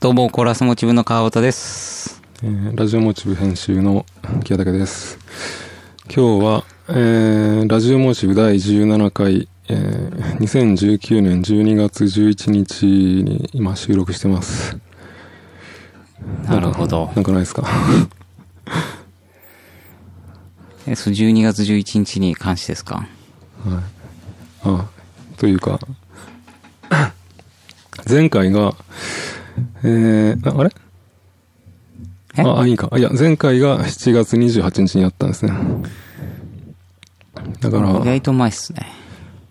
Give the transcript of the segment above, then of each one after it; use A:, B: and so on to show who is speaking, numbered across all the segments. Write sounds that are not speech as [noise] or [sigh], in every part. A: どうも、コーラスモチブの川端です。
B: えーラジオモチブ編集の木畑です。今日は、えーラジオモチブ第17回、えー2019年12月11日に今収録してます。
A: なるほど
B: あらなんかないですか [laughs]
A: えそう12月11日に関してですか
B: あ、というか、 [coughs] 前回が、えーああれ
A: え
B: あ、あいいか。あいや、前回が7月28日にやったんですね。だから、
A: 意外と前っすね。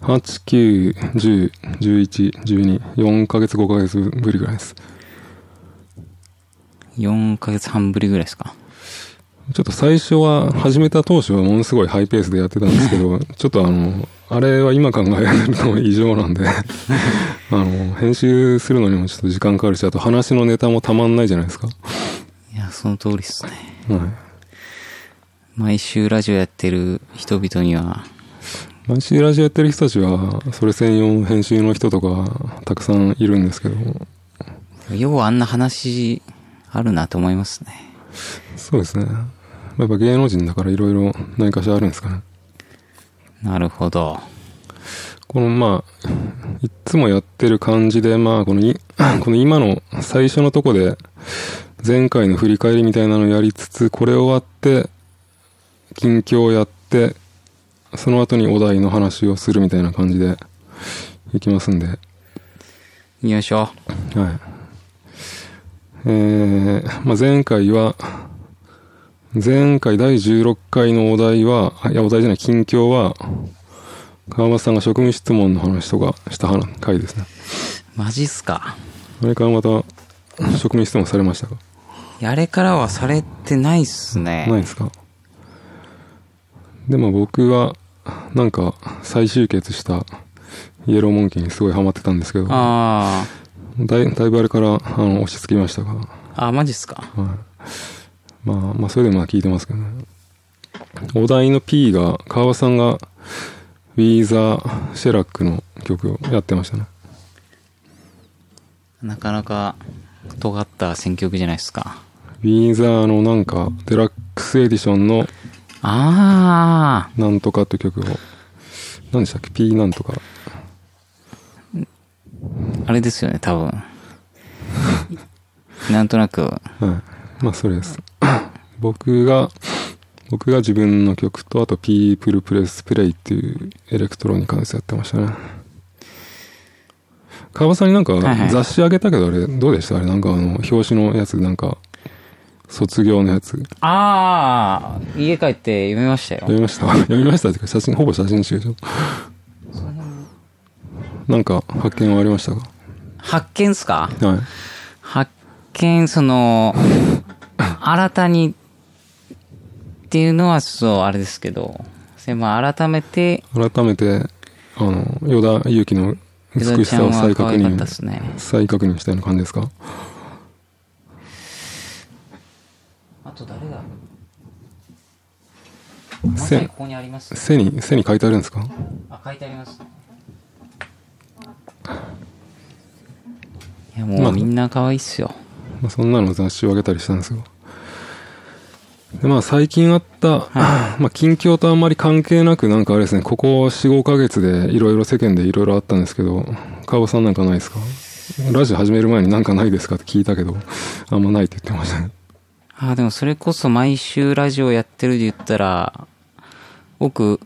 B: 8、9、10、11、12、4ヶ月、5ヶ月ぶりぐらいです。
A: 4ヶ月半ぶりぐらいですか。
B: ちょっと最初は、始めた当初はものすごいハイペースでやってたんですけど、ちょっとあの、あれは今考えると異常なんで、あの、編集するのにもちょっと時間かかるし、あと話のネタもたまんないじゃないですか。
A: いや、その通りっすね。
B: はい。
A: 毎週ラジオやってる人々には、
B: 毎週ラジオやってる人たちは、それ専用の編集の人とか、たくさんいるんですけど、
A: ようあんな話、あるなと思いますね。
B: そうですね。やっぱ芸能人だから色々何かしらあるんですかね。
A: なるほど。
B: このまあ、いっつもやってる感じで、まあ、このい、 [coughs] この今の最初のとこで、前回の振り返りみたいなのをやりつつ、これ終わって、近況をやって、その後にお題の話をするみたいな感じで、いきますんで、はい。
A: よいしょ。
B: えー、まあ前回は、前回第16回のお題は、あいや、お題じゃない、近況は、川端さんが職務質問の話とかした話回ですね。
A: マジっすか。
B: あれからまた、職務質問されましたか
A: いやあれからはされてないっすね。
B: ないですかでも僕は、なんか、再集結した、イエローモンキーにすごいハマってたんですけど、だ
A: あ
B: いだいぶあれから、あの、落ち着きましたが、はい。
A: ー。あ、マジっすか。
B: まあ、まあ、それでもまあ聞いてますけどね。お題の P が、川端さんが、ウィーザー・シェラックの曲をやってましたね。
A: なかなか、尖った選曲じゃないっすか。
B: ウィーザーのなんか、デラックスエディションの、
A: あ
B: なんとかって曲を、何でしたっけ ?P なんとか。
A: ー。あれですよね、多分。 [laughs] なんとなく、
B: はい。まあ、それです。 [coughs] 僕が、僕が自分の曲と、あと People Press Play っていうエレクトロニカのやつやってましたね。川端さんになんか
A: いはい
B: 雑誌あげたけど、あれ、どうでしたあれ、なんかあの、表紙のやつ、なんか、卒業のやつ。
A: ああ家帰って読みましたよ
B: 読。みました [laughs] 読みましたっていうか、写真、ほぼ写真集でしょ。なんか、発見はありましたか
A: 発見っすか
B: はい。
A: 発見、その、新たに、っていうのは、そう、あれですけど、せまあ、改めて、
B: 改めて、あの、与田祐希の
A: ゆず
B: 美し
A: ちゃ
B: さ
A: ん
B: を
A: は
B: 再
A: 可
B: 確
A: 愛かっ
B: 認
A: たっ、すね。
B: 再確認したような感じですか
A: あと誰だまさ
B: せ
A: にここにあります。
B: 背に、背に書いてあるんですか
A: あ、書いてあります。いや、もう
B: まあ
A: みんな可愛いっすよ。
B: まあ、そんなの雑誌をあげたりしたんですよ。で、まあ最近あった、 [coughs] まあ近況とあんまり関係なくなんかあれですね、ここ4、5ヶ月でいろいろ世間でいろいろあったんですけど、川端さんなんかないですかラジオ始める前になんかないですかって聞いたけど、あんまないって言ってましたね。
A: あー、でもそれこそ毎週ラジオやってるで言ったら、僕、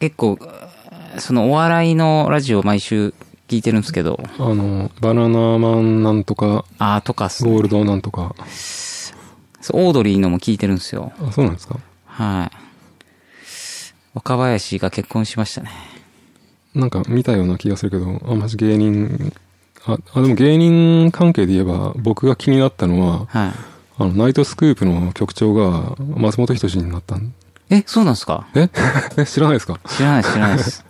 A: 結構、そのお笑いのラジオ毎週聞いてるんですけど、
B: あの、バナナマンなんとか、
A: あーとかっす、
B: ゴールドなんとか、
A: そうオードリーのも聞いてるんですよ。
B: あ、そうなんですか
A: はい。若林が結婚しましたね。
B: なんか見たような気がするけど、あんまし芸人、あ、あでも芸人関係で言えば、僕が気になったのは、
A: はい。
B: あの、ナイトスクープの局長が松本人志になったん
A: え、そうなんですか
B: え [laughs] え知らないですか
A: 知らないです知らない [laughs] です。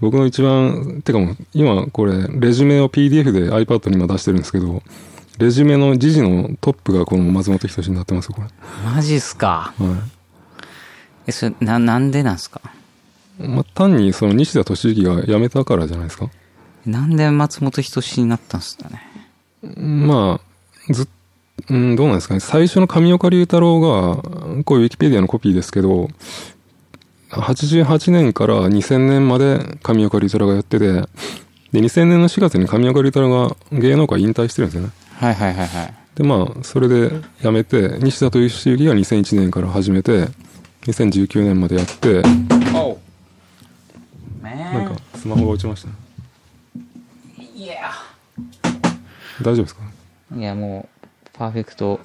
B: 僕の一番、てかもう、今これ、レジュメを PDF で iPad に今出してるんですけど、レジュメの時事のトップがこの松本人志になってますよ、これ。
A: マジっすか。
B: はい。
A: え、それ、な、なんでなんすか
B: まあ、単にその西田敏行が辞めたからじゃないですか
A: なんで松本人志になったんすかね。
B: まあ、ずっ、うん、どうなんですかね。最初の上岡龍太郎が、これウィキペディアのコピーですけど、88年から2000年まで上岡龍太郎がやってて、で、2000年の4月に上岡龍太郎が芸能界引退してるんですよね。
A: はいはいはいはい。
B: で、まあ、それで辞めて、西田敏行が2001年から始めて、2019年までやって、
A: お
B: なんか、スマホが落ちましたね。大丈夫ですか
A: いやもう、パーフェクト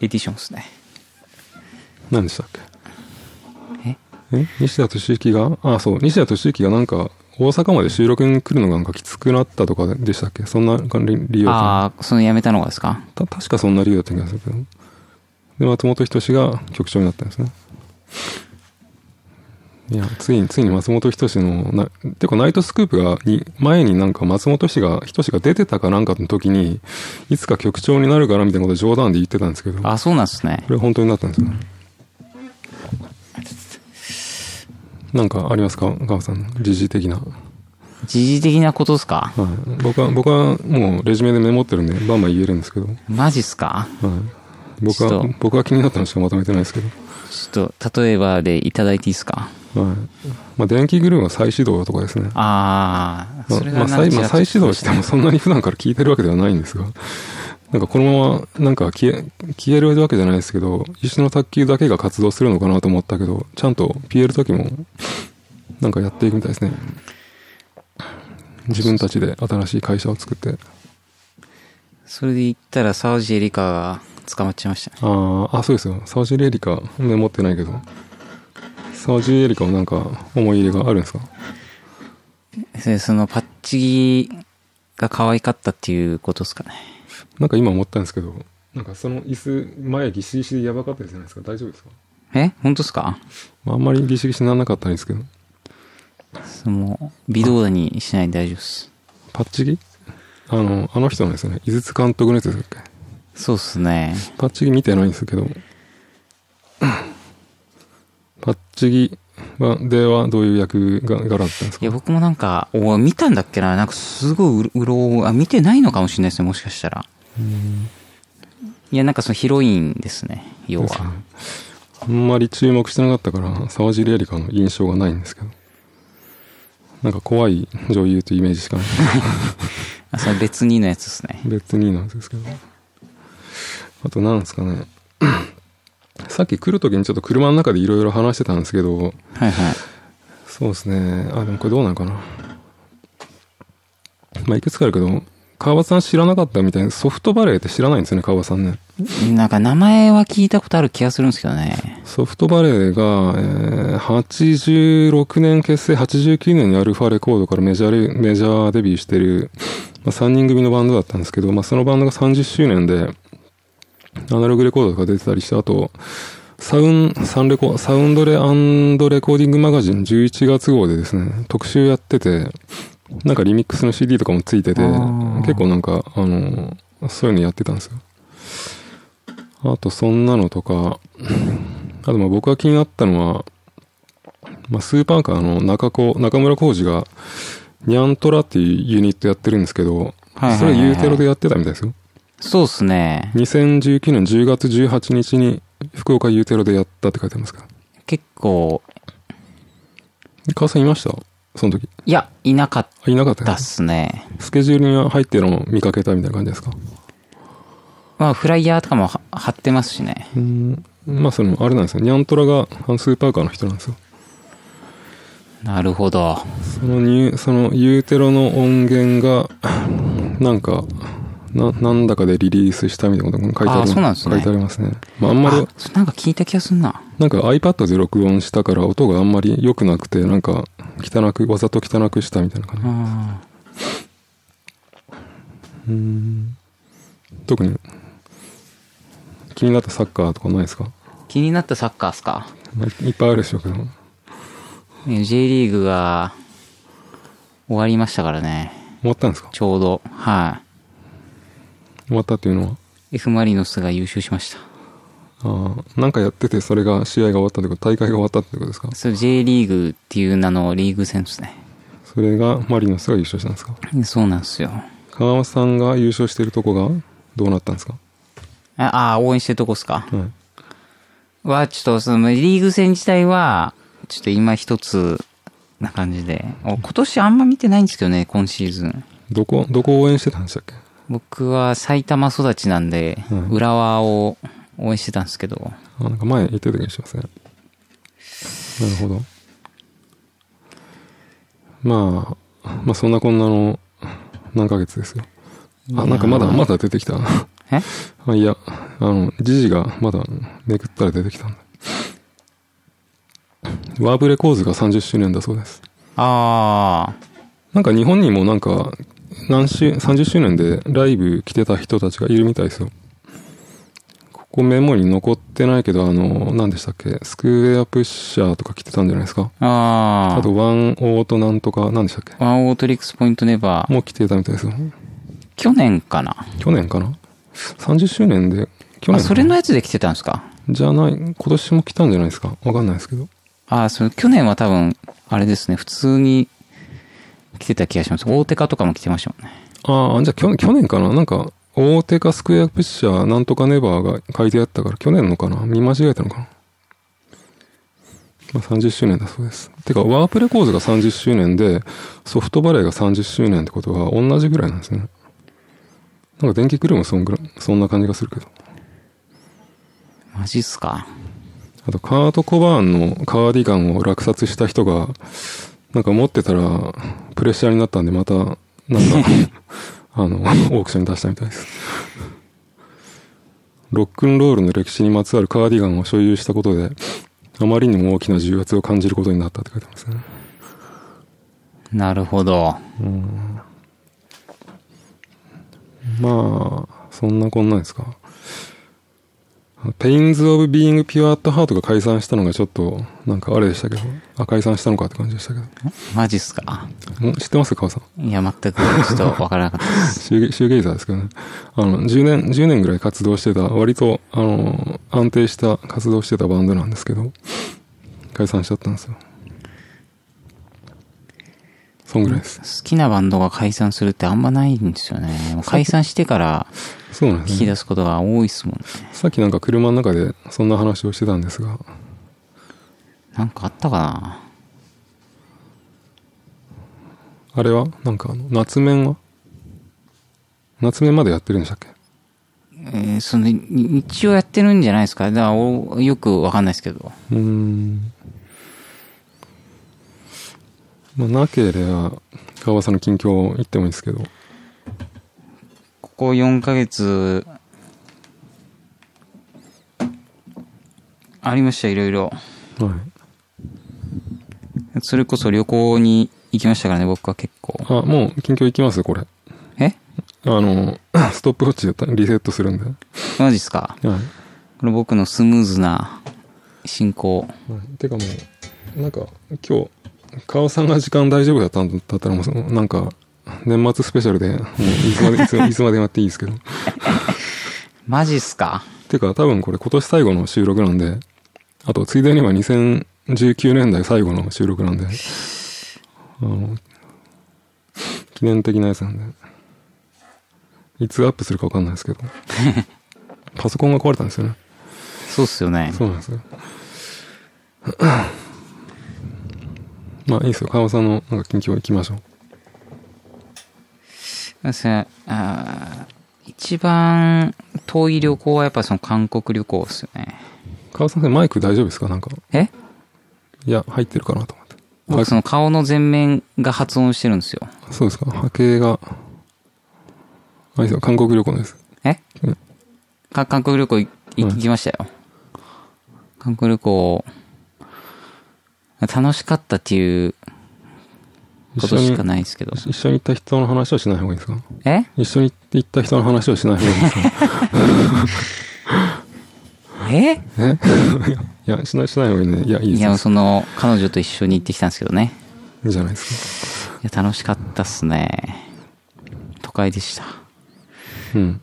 A: エディションですね。
B: 何でしたっけえ西田敏行があそう西田敏行がなんか大阪まで収録に来るのがなんかきつくなったとかでしたっけそんな関連理由だっ
A: ああ、その辞めたのがですか
B: たた確かそんな理由だった気がするけどで松本人志が局長になったんですねいやついについに松本人志のなてかナイトスクープがに前になんか松本人志が人志が出てたかなんかの時にいつか局長になるからみたいなこと冗談で言ってたんですけど
A: あ、そうなんですね
B: こ。れ本当になったんですよなんかありますかガオさんの時事的な、は
A: 時事的なことですか
B: い、僕は僕はもうレジュメでメモってるんでバンバン言えるんですけど、はい、
A: マジっすか
B: 僕
A: ちょ
B: は
A: っと
B: 僕は気になったのしかまとめてないですけど、
A: ちょっと、例えばでいただいていいですか
B: はいまあ、電気グルーは再始動とかですね
A: ああ、
B: まあ
A: それ
B: ま
A: が
B: あ
A: なん
B: 再
A: か
B: まあ再始動してもそんなに普段から聞いてるわけではないんですが、なんかこのままなんか消え、消えるわけじゃないですけど、石の卓球だけが活動するのかなと思ったけど、ちゃんと消える時もなんかやっていくみたいですね。自分たちで新しい会社を作って。
A: それで言ったら、サウジエリカが捕まっちゃいましたね。
B: ああ、あ、そうですよ。サージエリカ、メモってないけど。サージエリカはなんか思い入れがあるんですか
A: でその、パッチギが可愛かったっていうことですかね。
B: なんか今思ったんですけど、なんかその椅子、前ぎしぎしでやばかったじゃないですか。大丈夫ですか
A: え本当っすか
B: まあ、あんまりギシギシにならなかったんですけど。
A: その、微動だにしないで大丈夫です。
B: パッチギあの、あの人のですね、井筒監督のやつですっけ
A: そうっすね。
B: パッチギ見てないんですけど。 [clears throat] パッチギは、ではどういう役が、柄だったんです
A: いや、
B: か
A: 僕もなんか、お見たんだっけななんかすごいううろう、あ、見てないのかもしれないですね、もしかしたら。いや、なんかそのヒロインですね、要
B: ですね
A: は。
B: あんまり注目してなかったから、沢尻エリカの印象がないんですけど。なんか怖い女優というイメージしかない。 [laughs]
A: あその別にのやつですね。
B: 別になんですけど。あとなんですかね。 [clears throat] さっき来るときにちょっと車の中でいろいろ話してたんですけど、
A: はいはい。
B: そうですね。あ、でもこれどうなのかな。まあ、いくつかあるけど、川端さん知らなかったみたいな、ソフトバレーって知らないんですよね、川端さんね。
A: なんか名前は聞いたことある気がするんですけどね。
B: ソフトバレーが、えー86年結成、89年にアルファレコードからメジャーレメジャーデビューしてる、まあ、3人組のバンドだったんですけど、まあ、そのバンドが30周年で、アナログレコードとか出てたりして、あと、サウン、サンレコ、サウンドレレコーディングマガジン11月号でですね、特集やってて、なんかリミックスの CD とかもついてて、
A: あー
B: 結構なんか、あの、そういうのやってたんですよ。あと、そんなのとか、あと、まあ僕が気になったのは、まあ、スーパーカーの中子、中村浩二が、ニャントラっていうユニットやってるんですけど、
A: はいはいはいはい
B: それユーテロでやってたみたいですよ。
A: そうっすね。
B: 2019年10月18日に福岡ユーテロでやったって書いてありますから。
A: 結構、
B: 川さんいましたその時。
A: いや、いなかっ
B: あ、いなかった
A: た
B: で
A: っ
B: す。
A: すね。
B: スケジュールには入ってるのを見かけたみたいな感じですか
A: まあ、フライヤーとかもは貼ってますしね。
B: うん。まあ、その、あれなんですよ。ニャントラが、あの、スーパーカーの人なんですよ。
A: なるほど。
B: そのニュそのユーテロの音源が、 [clears throat] なんか、な、なんだかでリリースしたみたいなことが書いてある
A: あそうなんですね
B: 書いてありますね。まあ、あんまり
A: あ、、そなんか聞いた気がすんな。
B: なんか iPad で録音したから音があんまり良くなくて、なんか、汚く、わざと汚くしたみたいな感じ。
A: あ
B: 特に、気になったサッカーとかないですか
A: ー気になったサッカーっすか
B: まあいっぱいあるでしょうけど。終
A: ね J リーグが終わりましたからね。
B: わったんですか
A: ちょうど。は
B: 終わったっていうのは。
A: い。F ・マリノスが優勝しました。
B: ああ、なんかやっててそれが試合が終わったってこと、大会が終わったってことですか
A: それ J リーグっていう名のリーグ戦ですね。
B: それがマリノスが優勝したんですか
A: そうなんですよ。
B: 香川さんが優勝してるとこがどうなったんですか
A: ああー、応援してるとこっすか。
B: はい。
A: は、ちょっとその、リーグ戦自体は、ちょっと今一つな感じで。お今年あんま見てないんですけどね、今シーズン。
B: どこ、どこ応援してたんでしたっけ
A: 僕は埼玉育ちなんで、
B: うん
A: 浦和を応援してたんですけど、
B: あ、なんか前言ってた気がしますね。なるほど。まあ、まあそんなこんなの何ヶ月ですよ。あ、なんかまだ、まだ出てきた。 [laughs]
A: え
B: あ、いや、あの、時事がまだめくったら出てきたんだ。ワーブレコーズが30周年だそうです。
A: あ
B: なんか日本にもなんか、何周、30周年でライブ来てた人たちがいるみたいですよ。ここメモに残ってないけど、あの、何でしたっけ、スクエアプッシャーとか来てたんじゃないですか。
A: あ、ああ、
B: あと、ワンオートなんとか、何でしたっけ。
A: ワンオートリックスポイントネバー、
B: もう来てたみたいですよ。
A: 去年かな
B: 去年かな ?30 周年で、去年かな
A: あ、それのやつで来てたんですか
B: じゃない、今年も来たんじゃないですかわかんないですけど。
A: ああ、それ、去年は多分、あれですね、普通に来てた気がします。大手化とかも来てましたもんね。
B: ああ、じゃあ去年、去年かななんか、大手かスクエアプッシャーなんとかネバーが書いてあったから、去年のかな見間違えたのかなまあ30周年だそうです。てか、ワープレコーズが30周年で、ソフトバレーが30周年ってことは同じぐらいなんですね。なんか電気クルーもそんぐらい、そんな感じがするけど。
A: マジっすか
B: あと、カート・コバーンのカーディガンを落札した人が、なんか持ってたら、プレッシャーになったんで、また、なんか、あの、オークションに出したみたいです。ロックンロールの歴史にまつわるカーディガンを所有したことで、あまりにも大きな重圧を感じることになったって書いてますね。
A: なるほど。
B: まあ、そんなこんなんですか。ペインズ・オブ・ビーイング・ピュア・アット・ハートが解散したのがちょっと、なんかあれでしたけど、あ、解散したのかって感じでしたけ
A: マジっすか
B: ど。ん知ってますか川さん。
A: いや、全く、ちょっとわからなかったです。
B: シューゲシューゲイザーですけどね。あの、10年、10年ぐらい活動してた、割と、あの、安定した活動してたバンドなんですけど、解散しちゃったんですよ。そんぐらいです。
A: [laughs] 好きなバンドが解散するってあんまないんですよね。もう解散してから
B: そうなんで
A: 聞
B: す
A: き
B: ね。
A: 出すことが多いっすもんね。
B: さっきなんか車の中でそんな話をしてたんですが、
A: なんかあったかな
B: あれはなんかあの、夏面は夏面までやってるんでしたっけ
A: えーその、い一応やってるんじゃないですかだからお、よくわかんないですけど。
B: うーん。まあ、なければ、川さんの近況行ってもいいですけど、
A: ここ4ヶ月、ありました、いろいろ。
B: はい。
A: それこそ旅行に行きましたからね、僕は結構。
B: あ、もう近況いきますこれ。
A: え
B: あの、 [coughs] ストップウォッチでたリセットするんで。は
A: マジっすか
B: い。
A: これ僕のスムーズな進行。
B: はい、てかもう、なんか、今日、川さんが時間大丈夫だったんだったら、もうその、なんか、年末スペシャルで、もういつまで、いついつまでもやっていいですけど。
A: マジっすか
B: てか、多分これ今年最後の収録なんで、あと、ついでには2019年代最後の収録なんで、あの、記念的なやつなんで、いつアップするかわかんないですけど、パソコンが壊れたんですよね。
A: そうっすよね。
B: そうなんですよ。 [coughs] まあいいですよ。川尾さんのなんか近況行きましょう。
A: そうあー一番遠い旅行はやっぱその韓国旅行っすよね。
B: 川尾さんマイク大丈夫ですかなんか。
A: え
B: いや、入ってるかなと思って。
A: 僕そ
B: は
A: の顔の前面が発音してるんですよ。
B: そうですか。波形が。あ、いいですよ。韓国旅行です。
A: え
B: うん
A: か韓国旅行いい
B: うん
A: 行きましたよ。韓国旅行、楽しかったっていうこ
B: 一緒
A: と
B: に
A: しかないですけど。
B: 一緒に行った人の話はしない方がいいですか
A: え
B: 一緒に行った人の話はしない方がいいです
A: [laughs]
B: か
A: え
B: え [laughs] いや、しない、しない方がいいね。いや、いいで
A: い
B: すよ
A: や、その、彼女と一緒に行ってきたんですけどね。
B: いいじゃないです
A: いや、楽しかったっすね。都会でした。
B: か。うん。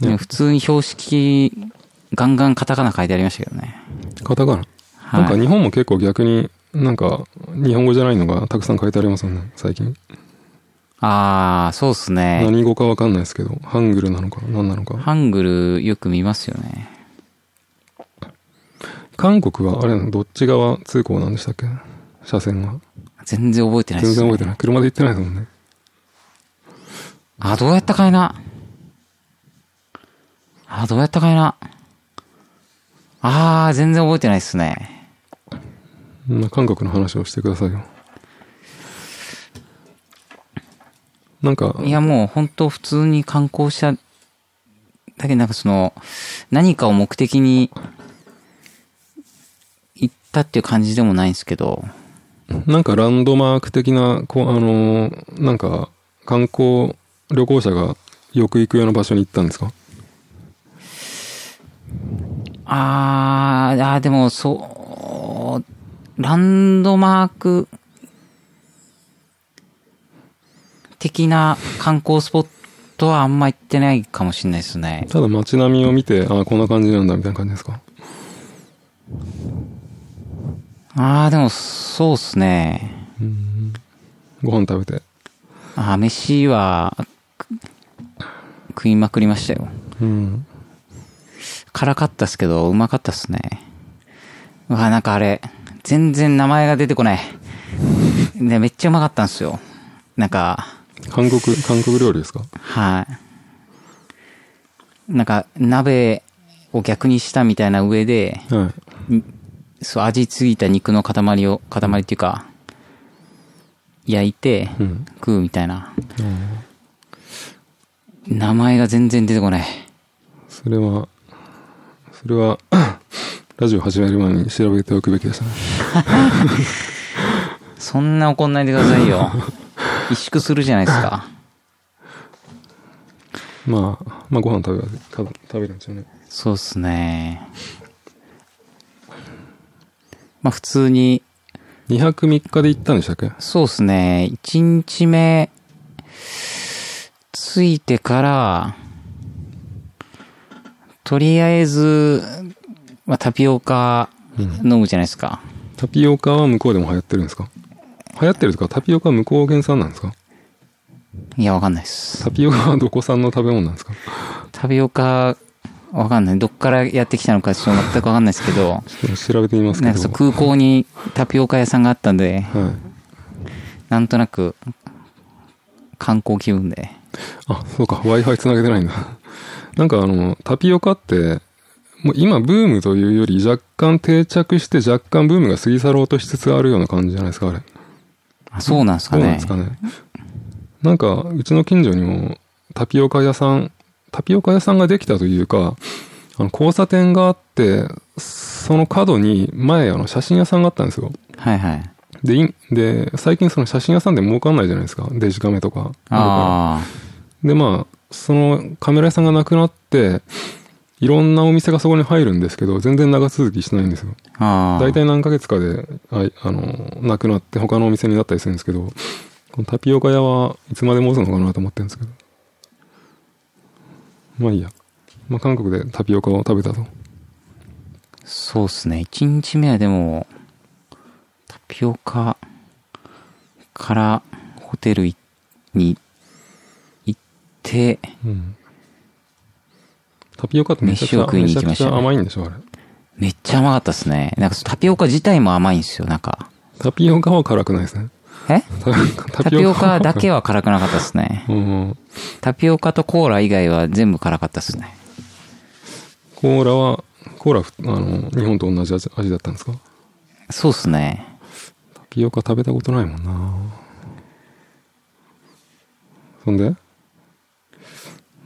A: でも普通に標識、ガンガンカタカナ書いてありましたけどね。
B: カタカナ。
A: はい
B: なんか日本も結構逆に、なんか、日本語じゃないのがたくさん書いてありますよね、最近。
A: ああ、そうっすね。
B: 何語かわかんないですけど、ハングルなのか、何なのか。
A: ハングルよく見ますよね。
B: 韓国は、あれなの、どっち側通行なんでしたっけ車線は。
A: 全然覚えてないっ
B: 全
A: す、
B: 然
A: ね。
B: 覚えてない。車で行ってないですもんね。
A: あ、どうやったかいな。あ、どうやったかいな。あー、全然覚えてないっすね。
B: そんな韓国の話をしてくださいよ。なんか、
A: いや、もう本当普通に観光した、だけどなんかその、何かを目的に行ったっていう感じでもないんですけど、
B: なんかランドマーク的な、こう、あのーなんか、観光旅行者がよく行くような場所に行ったんですか
A: あー、あーでもそう、ランドマーク的な観光スポットはあんま行ってないかもしれないですね。
B: ただ街並みを見て、ああ、こんな感じなんだ、みたいな感じですか
A: ああ、でも、そうっすね。
B: ご飯食べて。
A: あー飯は、く食いまくりましたよ。
B: うん。
A: 辛かったっすけど、うまかったっすね。うわ、なんかあれ、全然名前が出てこない。で、めっちゃうまかったんすよ。なんか、
B: 韓国、韓国料理ですか
A: はい。なんか、鍋を逆にしたみたいな上で、
B: はい。
A: そう、味付いた肉の塊を、塊っていうか、焼いて、
B: うん。
A: 食うみたいな。名前が全然出てこない。
B: それは、それは、 [coughs] ラジオ始める前に調べておくべきでしたね。
A: そんな怒んないでください
B: [laughs]
A: よ。萎縮するじゃないですか。
B: まあ、まあご飯食べた、食べ食べるんですよね。
A: そうっすね。まあ普通に、
B: 2泊3日で行ったんでしたっけ
A: そうっすね。1日目、着いてから、とりあえず、まあタピオカ飲むじゃないですか。
B: タピオカは向こうでも流行ってるんですか流行ってるとか、タピオカは向こう原産なんですか
A: いや、わかんないっす。
B: タピオカはどこ産の食べ物なんですか [laughs]
A: タピオカ、わかんない。どっからやってきたのかちょっと全くわかんないですけ
B: [laughs]
A: ど、
B: ちょっと調べてみますけ
A: なん
B: ど。
A: かそう空港にタピオカ屋さんがあったんで、
B: はい。
A: なんとなく、観光気分で。
B: あ、そうか、Wi-Fi 繋げてないんだ。 [laughs] なんかあの、タピオカって、もう今ブームというより若干定着して若干ブームが過ぎ去ろうとしつつあるような感じじゃないですか、あれ。
A: あそうなんです
B: そ
A: か
B: うなんで
A: ね
B: す。かね。なんか、うちの近所にもタピオカ屋さん、タピオカ屋さんができたというか、あの、交差点があって、その角に前、あの、写真屋さんがあったんですよ。
A: はいはい。
B: で、いで、最近その写真屋さんで儲かんないじゃないですか。デジカメとか。
A: あ
B: で、まあ、そのカメラ屋さんがなくなって、いろんなお店がそこに入るんですけど、全然長続きしないんですよ。
A: あ。ああ。
B: 大体何ヶ月かで、あいあの、なくなって他のお店になったりするんですけど、このタピオカ屋はいつまでもつのかなと思ってるんですけど。まあいいや。まあ韓国でタピオカを食べたと。
A: そうっすね。1日目はでも、タピオカからホテルいに行って、
B: うん。タピオカってめちゃくち
A: 飯を
B: ゃ、
A: 食い
B: め
A: に
B: ち
A: 行
B: ゃ
A: き
B: く
A: まし
B: ち
A: たね
B: ゃ甘いんでしょ、あれ。
A: めっちゃ甘かったっすね。なんかそのタピオカ自体も甘いんですよ、なんか。
B: タピオカは辛くないですね。
A: え
B: タ
A: タピオ
B: は
A: カだけは辛くなかったっすね。
B: うん。
A: タピオカとコーラ以外は全部辛かったっすね。
B: コーラは、コーラふ、あの、日本と同じ味味だったんですか
A: そうっすね。
B: タピオカ食べたことないもんなそんで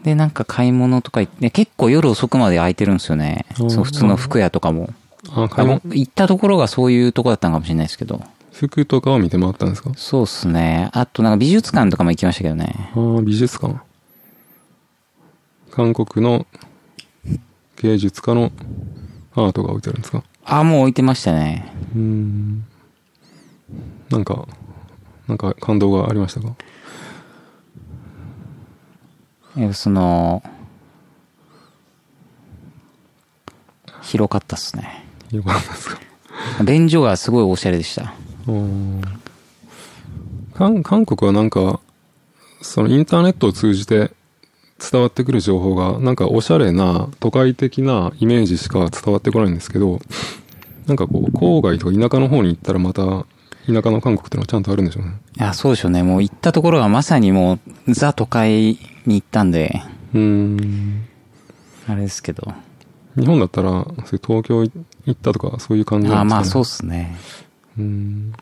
A: で、なんか買い物とか行って、結構夜遅くまで空いてるんですよね。
B: うん
A: そう、普通の服屋とかも。
B: あ、買い物
A: あ僕行ったところがそういうとこだったのかもしれないですけど。
B: 服とかを見て回ったんですか
A: そうっすね。あとなんか美術館とかも行きましたけどね。
B: ああ、美術館。韓国の芸術家のアートが置いてあるんですか
A: あ、もう置いてましたね。
B: うーん。なんか、なんか感動がありましたか
A: やっぱその、広かったっすね。
B: よかったですか
A: 便所がすごいおしゃれでした。
B: うん韓韓国はなんか、そのインターネットを通じて伝わってくる情報が、なんかおしゃれな都会的なイメージしか伝わってこないんですけど、なんかこう、郊外とか田舎の方に行ったらまた、田舎の韓国ってのはちゃんとあるんでしょうね。
A: いや、そうでしょうね。もう行ったところがまさにもう、ザ都会に行ったんで、
B: うーん。
A: あれですけど。
B: 日本だったら、そういう東京行ったとか、そういう感じ
A: あ
B: な
A: あ、
B: んですか、ね、
A: まあそうっすね。
B: うーん。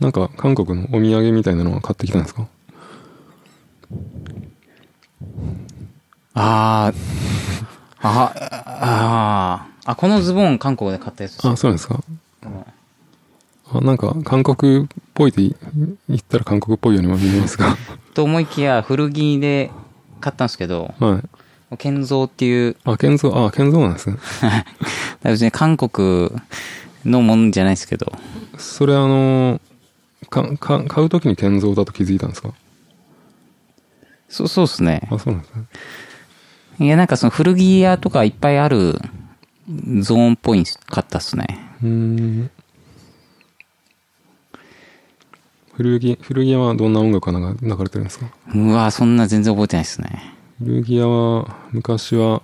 B: なんか、韓国のお土産みたいなのは買ってきたんですか
A: ああ、あ、ああ、あ、このズボン韓国で買ったやつです
B: あ、そうなんですか。あ、なんか、韓国っぽいってい言ったら韓国っぽいようにも見えます [laughs] が。
A: と思いきや、古着で買ったんですけど、
B: はい。
A: 建造っていう、
B: あ、建造、あ、建造なんですね。
A: 別に韓国のもんじゃないですけど、
B: それあのか、か、買うときに建造だと気づいたんですか
A: そう、そうっすね。
B: あ、そうなんですね。
A: いや、なんかその古着屋とかいっぱいあるゾーンっぽいかったっすね。
B: うーん。古着、古着屋はどんな音楽が流流れてるんですか
A: うわそんな全然覚えてないっすね。
B: 古着屋は、昔は、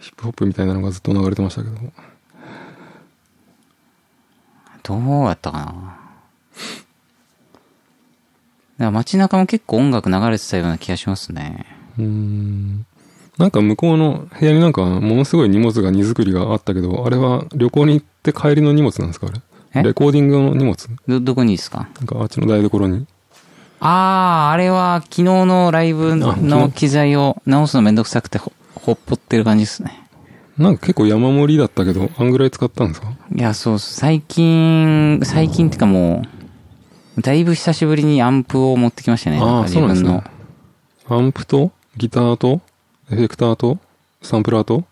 B: ヒップホップみたいなのがずっと流れてましたけど。
A: どうやったかな。だから街中も結構音楽流れてたような気がしますね。
B: うーん。なんか向こうの部屋になんか、ものすごい荷物が荷造りがあったけど、あれは旅行に行って帰りの荷物なんですかあ
A: え
B: れ。レコーディングの荷物
A: ど、どこにですか
B: なんかあっちの台所に。
A: あー、あれは昨日のライブ
B: あ昨
A: の
B: 日
A: 機材を直すのめんどくさくてほ、ほっぽってる感じですね。
B: なんか結構山盛りだったけど、あんぐらい使ったんですか
A: いや、そうっす、最近、最近ってかもう、だいぶ久しぶりにアンプを持ってきましたね。
B: あ
A: なん
B: あ、
A: か
B: そ
A: 自
B: うなんで
A: 分の
B: すね。。アンプと、ギターと、エフェクターと、サンプラーと。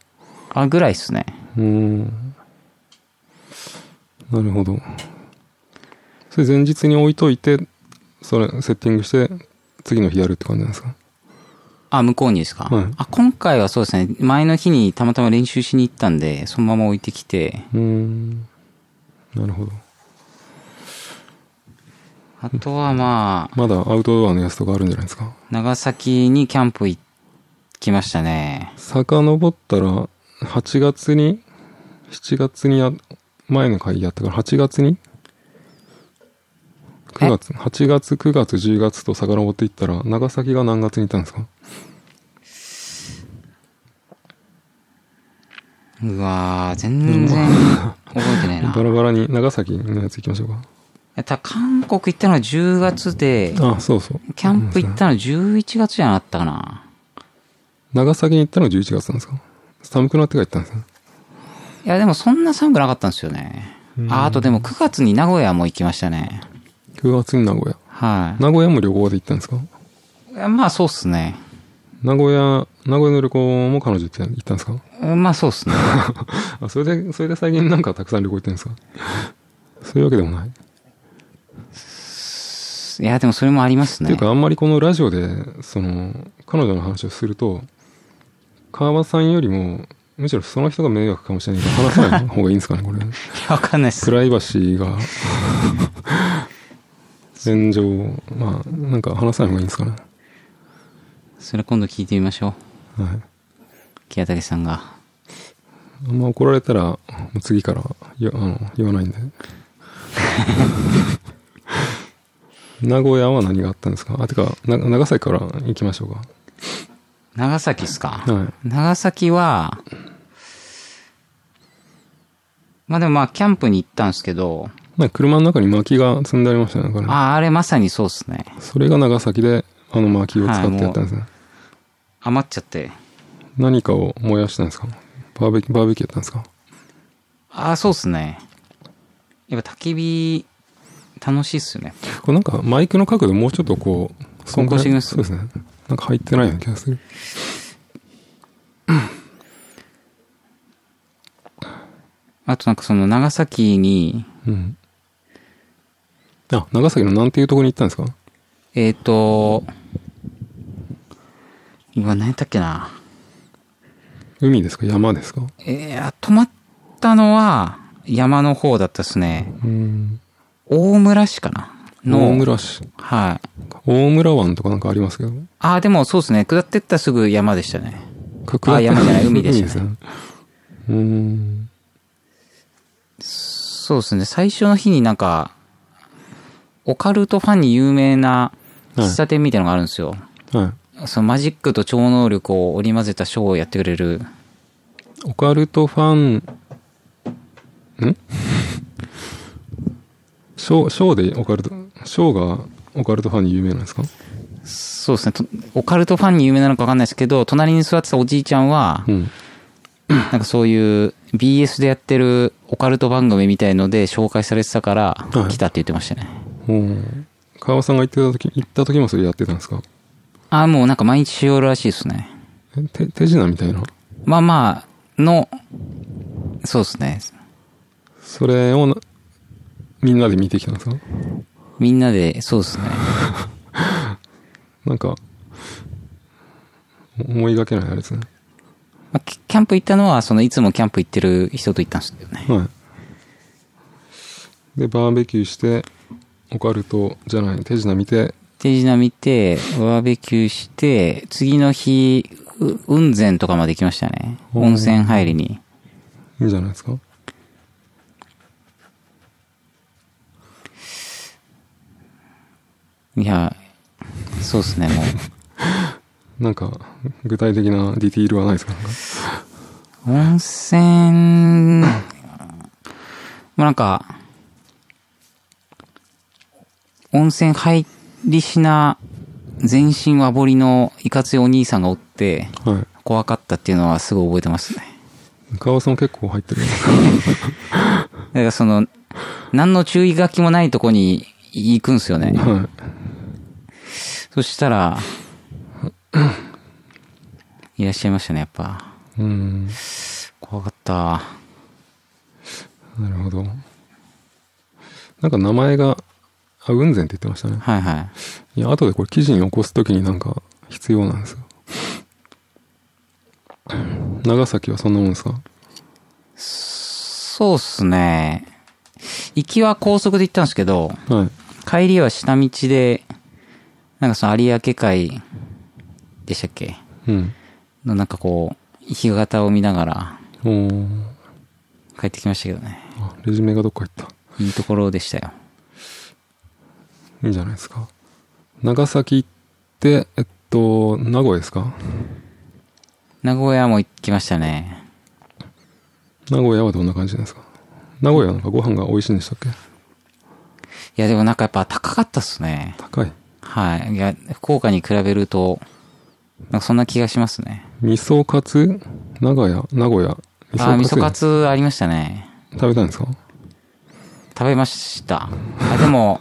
A: あ、ぐらいっすね。
B: うーん。なるほど。それ前日に置いといて、それ、セッティングして、次の日やるって感じなんですか
A: あ、向こうにですか、
B: はい
A: あ、今回はそうですね。前の日にたまたま練習しに行ったんで、そのまま置いてきて、
B: うーん。なるほど。
A: あとはまあ、
B: まだアウトドアのやつとかあるんじゃないですか。
A: 長崎にキャンプ行きましたね。
B: 遡ったら、8月に、7月にや、前の回やったから、8月に ?9 月、8月、9月、10月と遡っていったら、長崎が何月に行ったんですか
A: うわー、全然覚えてない
B: [laughs]
A: な。
B: バラバラに長崎のやつ行きましょうか。
A: えっと韓国行ったのは10月で、
B: あ、そうそう。
A: キャンプ行ったのは11月じゃなかったかな。
B: 長崎に行ったのが11月なんですか寒くなってから行ったんですね。
A: いや、でもそんな寒くなかったんですよね。あ、あとでも9月に名古屋も行きましたね。
B: 9月に名古屋。
A: はい、
B: 名古屋も旅行で行ったんですか
A: いやまあそうっすね。
B: 名古屋、名古屋の旅行も彼女行って行ったんですか
A: うんまあそうっすね。
B: あ、それで、それで最近なんかたくさん旅行行ってるんですか [laughs] そういうわけでもない。
A: いや、でもそれもあります
B: ってい
A: ね
B: う。か、あんまりこのラジオで、その、彼女の話をすると、川端さんよりも、むしろその人が迷惑かもしれないから、話さない方がいいんですかね、これ。
A: いやわかんないっす
B: プ。ライバシーが、現状、まあ、なんか話さない方がいいんですかね。
A: それ今度聞いてみましょう。
B: はい。
A: 木谷武さんが。
B: あんま怒られたら、もう次から言わあの言わないんで。名古屋は何があったんですかあ、てか、な長崎から行きましょうか。
A: 長崎っすか、
B: は
A: 長崎は、まあでもまあキャンプに行ったんですけど、
B: なんか車の中に薪が積んでありましたね、これ。
A: ああ、あれまさにそうっすね。
B: それが長崎で、あの薪を使ってやったんですね。
A: 余っちゃって。
B: 何かを燃やしたんですかバーベキュー、バーベキューやったんですか
A: ああ、そうっすね。やっぱ焚き火、楽しいっすよね。
B: これなんかマイクの角度もうちょっとこう、
A: こんこんしてきます
B: そうですね。なんか入ってないような気がする。
A: あとなんかその長崎に、
B: うん。あ、長崎のなんていうところに行ったんですか
A: えっ、ー、と、今何やったっけな。
B: 海ですか山ですか
A: えー、泊まったのは山の方だったっすね。
B: うん。
A: 大村市かなの、
B: 大村市。
A: はい。
B: 大大村湾とかなんかありますけど。
A: ああ、でもそうですね。下ってったらすぐ山でしたね。
B: か
A: あ山じゃない海でしたね
B: よね。うーん。
A: そうですね。最初の日になんか、オカルトファンに有名な喫茶店みたいなのがあるんですよ。
B: はい。
A: そのマジックと超能力を織り交ぜたショーをやってくれる。
B: オカルトファン、んショー、ショーでいいオカルト、ショーがオカルトファンに有名なんですか
A: そうですねと。オカルトファンに有名なのかわかんないですけど、隣に座ってたおじいちゃんは
B: う、ん。
A: なんかそういう BS でやってるオカルト番組みたいので紹介されてたから
B: は、い
A: 来たって言ってましたね。
B: うん。川尾さんが行ってた時、行った時もそれやってたんですか
A: ああ、もうなんか毎日しようらしいですね。
B: え手、手品みたいな。
A: まあまあ、の、そうですね。
B: それをな、みんなで見てきたんですか
A: みんなで、そうですね。
B: なんか、お思いがけないあれですね。
A: まあキキャンプ行ったのは、その、いつもキャンプ行ってる人と行ったんですよね。
B: はい。で、バーベキューして、オカルトじゃない、手品見て、
A: 手品見て、バーベキューして、次の日、う雲仙とかまで行きましたね。
B: おー
A: 温泉入りに。
B: いいんじゃないですか
A: いや、そうですね、もう。
B: なんか、具体的なディティールはないですかなんか
A: 温泉、もうなんか、温泉入りしな、全身和彫りのいかついお兄さんがおって、
B: は
A: 怖かったっていうのはすごい覚えてますね。
B: い。川尾さんも結構入ってる。
A: だからその、何の注意書きもないとこに行くんすよね。
B: [laughs] は
A: そしたら、いらっしゃいましたね、やっぱ。
B: い。うん。
A: 怖かった。
B: なるほど。なんか名前が、あ、雲仙って言ってましたね。
A: はいはい。
B: いや、後でこれ記事に起こすときになんか必要なんですよ。長崎はそんなもんですか
A: そうっすね。行きは高速で行ったんですけど、
B: はい。
A: 帰りは下道で、なんかその有明海でしたっけ
B: うん。
A: のなんかこう、日型を見ながら
B: おー
A: 帰ってきましたけどね。
B: あ、レジュメがどっか行った。
A: いいところでしたよ。
B: いいんじゃないですか。長崎行って、えっと、名古屋ですか
A: 名古屋も行きましたね。
B: 名古屋はどんな感じなんですか名古屋なんかご飯が美味しいんでしたっけ
A: いやでもなんかやっぱ高かったっすね。
B: 高い。
A: はい。いや、福岡に比べると、なんかそんな気がしますね。
B: 味噌カツ名古屋、名古屋。
A: あー、味噌カ
B: ツ
A: ツありましたね。
B: 食べたんですか
A: 食べました。あ、でも、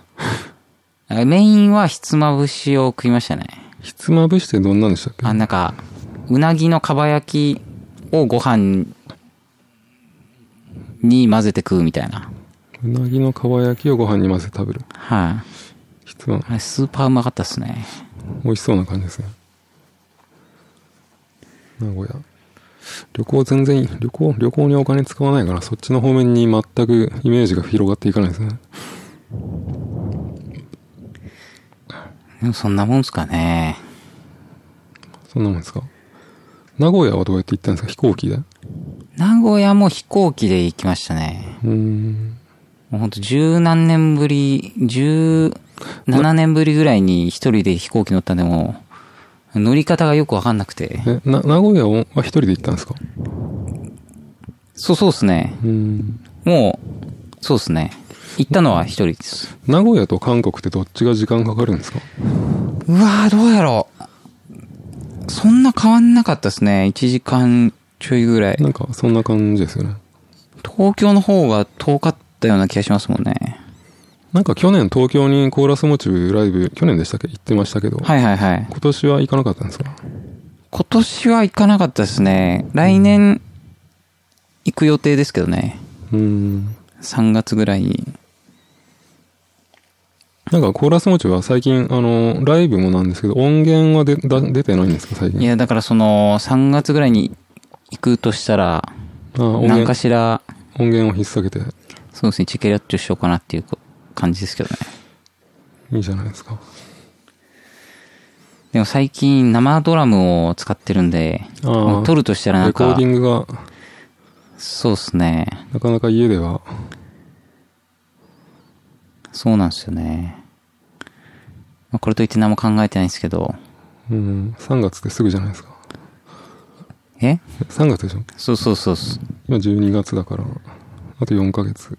A: メインはひつまぶしを食いましたね。
B: ひつまぶしってどんなんでしたっけ
A: あ、なんか、うなぎのかば焼きをご飯に混ぜて食うみたいな。
B: うなぎのかば焼きをご飯に混ぜて食べる。
A: はい、
B: ひつま、
A: あれスーパーうまかったっすね。
B: 美味しそうな感じですね。名古屋。旅行全然、旅行、旅行にお金使わないから、そっちの方面に全くイメージが広がっていかないですね。
A: でもそんなもんすかね。
B: そんなもんですか名古屋はどうやって行ったんですか飛行機でう
A: 名古屋も飛行機で行きましたね。
B: ーん。
A: もうほんと十何年ぶり、十七年ぶりぐらいに一人で飛行機乗ったんでもう、乗り方がよくわかんなくて。
B: え、な、名古屋は一人で行ったんですか
A: そうそうですね。
B: うーん。
A: もう、そうですね。行ったのは一人です。
B: 名古屋と韓国ってどっちが時間かかるんですか
A: うわーどうやろう。そんな変わんなかったですね。1時間ちょいぐらい。
B: なんか、そんな感じですよね。
A: 東京の方が遠かったような気がしますもんね。
B: なんか去年東京にコーラスモチブライブ、去年でしたっけ行ってましたけど、
A: はいはいはい。
B: 今年は行かなかったんですか
A: 今年は行かなかったですね。来年、行く予定ですけどね。
B: うーん。
A: 3月ぐらいに。
B: なんかコーラスモチブは最近、あの、ライブもなんですけど、音源はでだ出てないんですか最
A: い
B: 近。
A: や、だからその、3月ぐらいに行くとしたら、
B: あ音
A: 何か
B: 源、
A: しら、
B: 音源を引っ提げて、
A: そうですね、チェケラッチョしようかなっていうこ感じですけどね。
B: いいじゃないですか。
A: でも最近生ドラムを使ってるんで、
B: あー
A: もう撮るとしたらなん
B: レコー
A: か
B: デ、ィングが、
A: そうっすね。
B: なかなか家では、
A: そうなんですよね。まあこれといって何も考えてないんですけど、
B: うん、3月ってすぐじゃないですか。
A: え
B: え3月でしょ
A: そうそうそうそう。
B: 今12月だから、あと4ヶ月。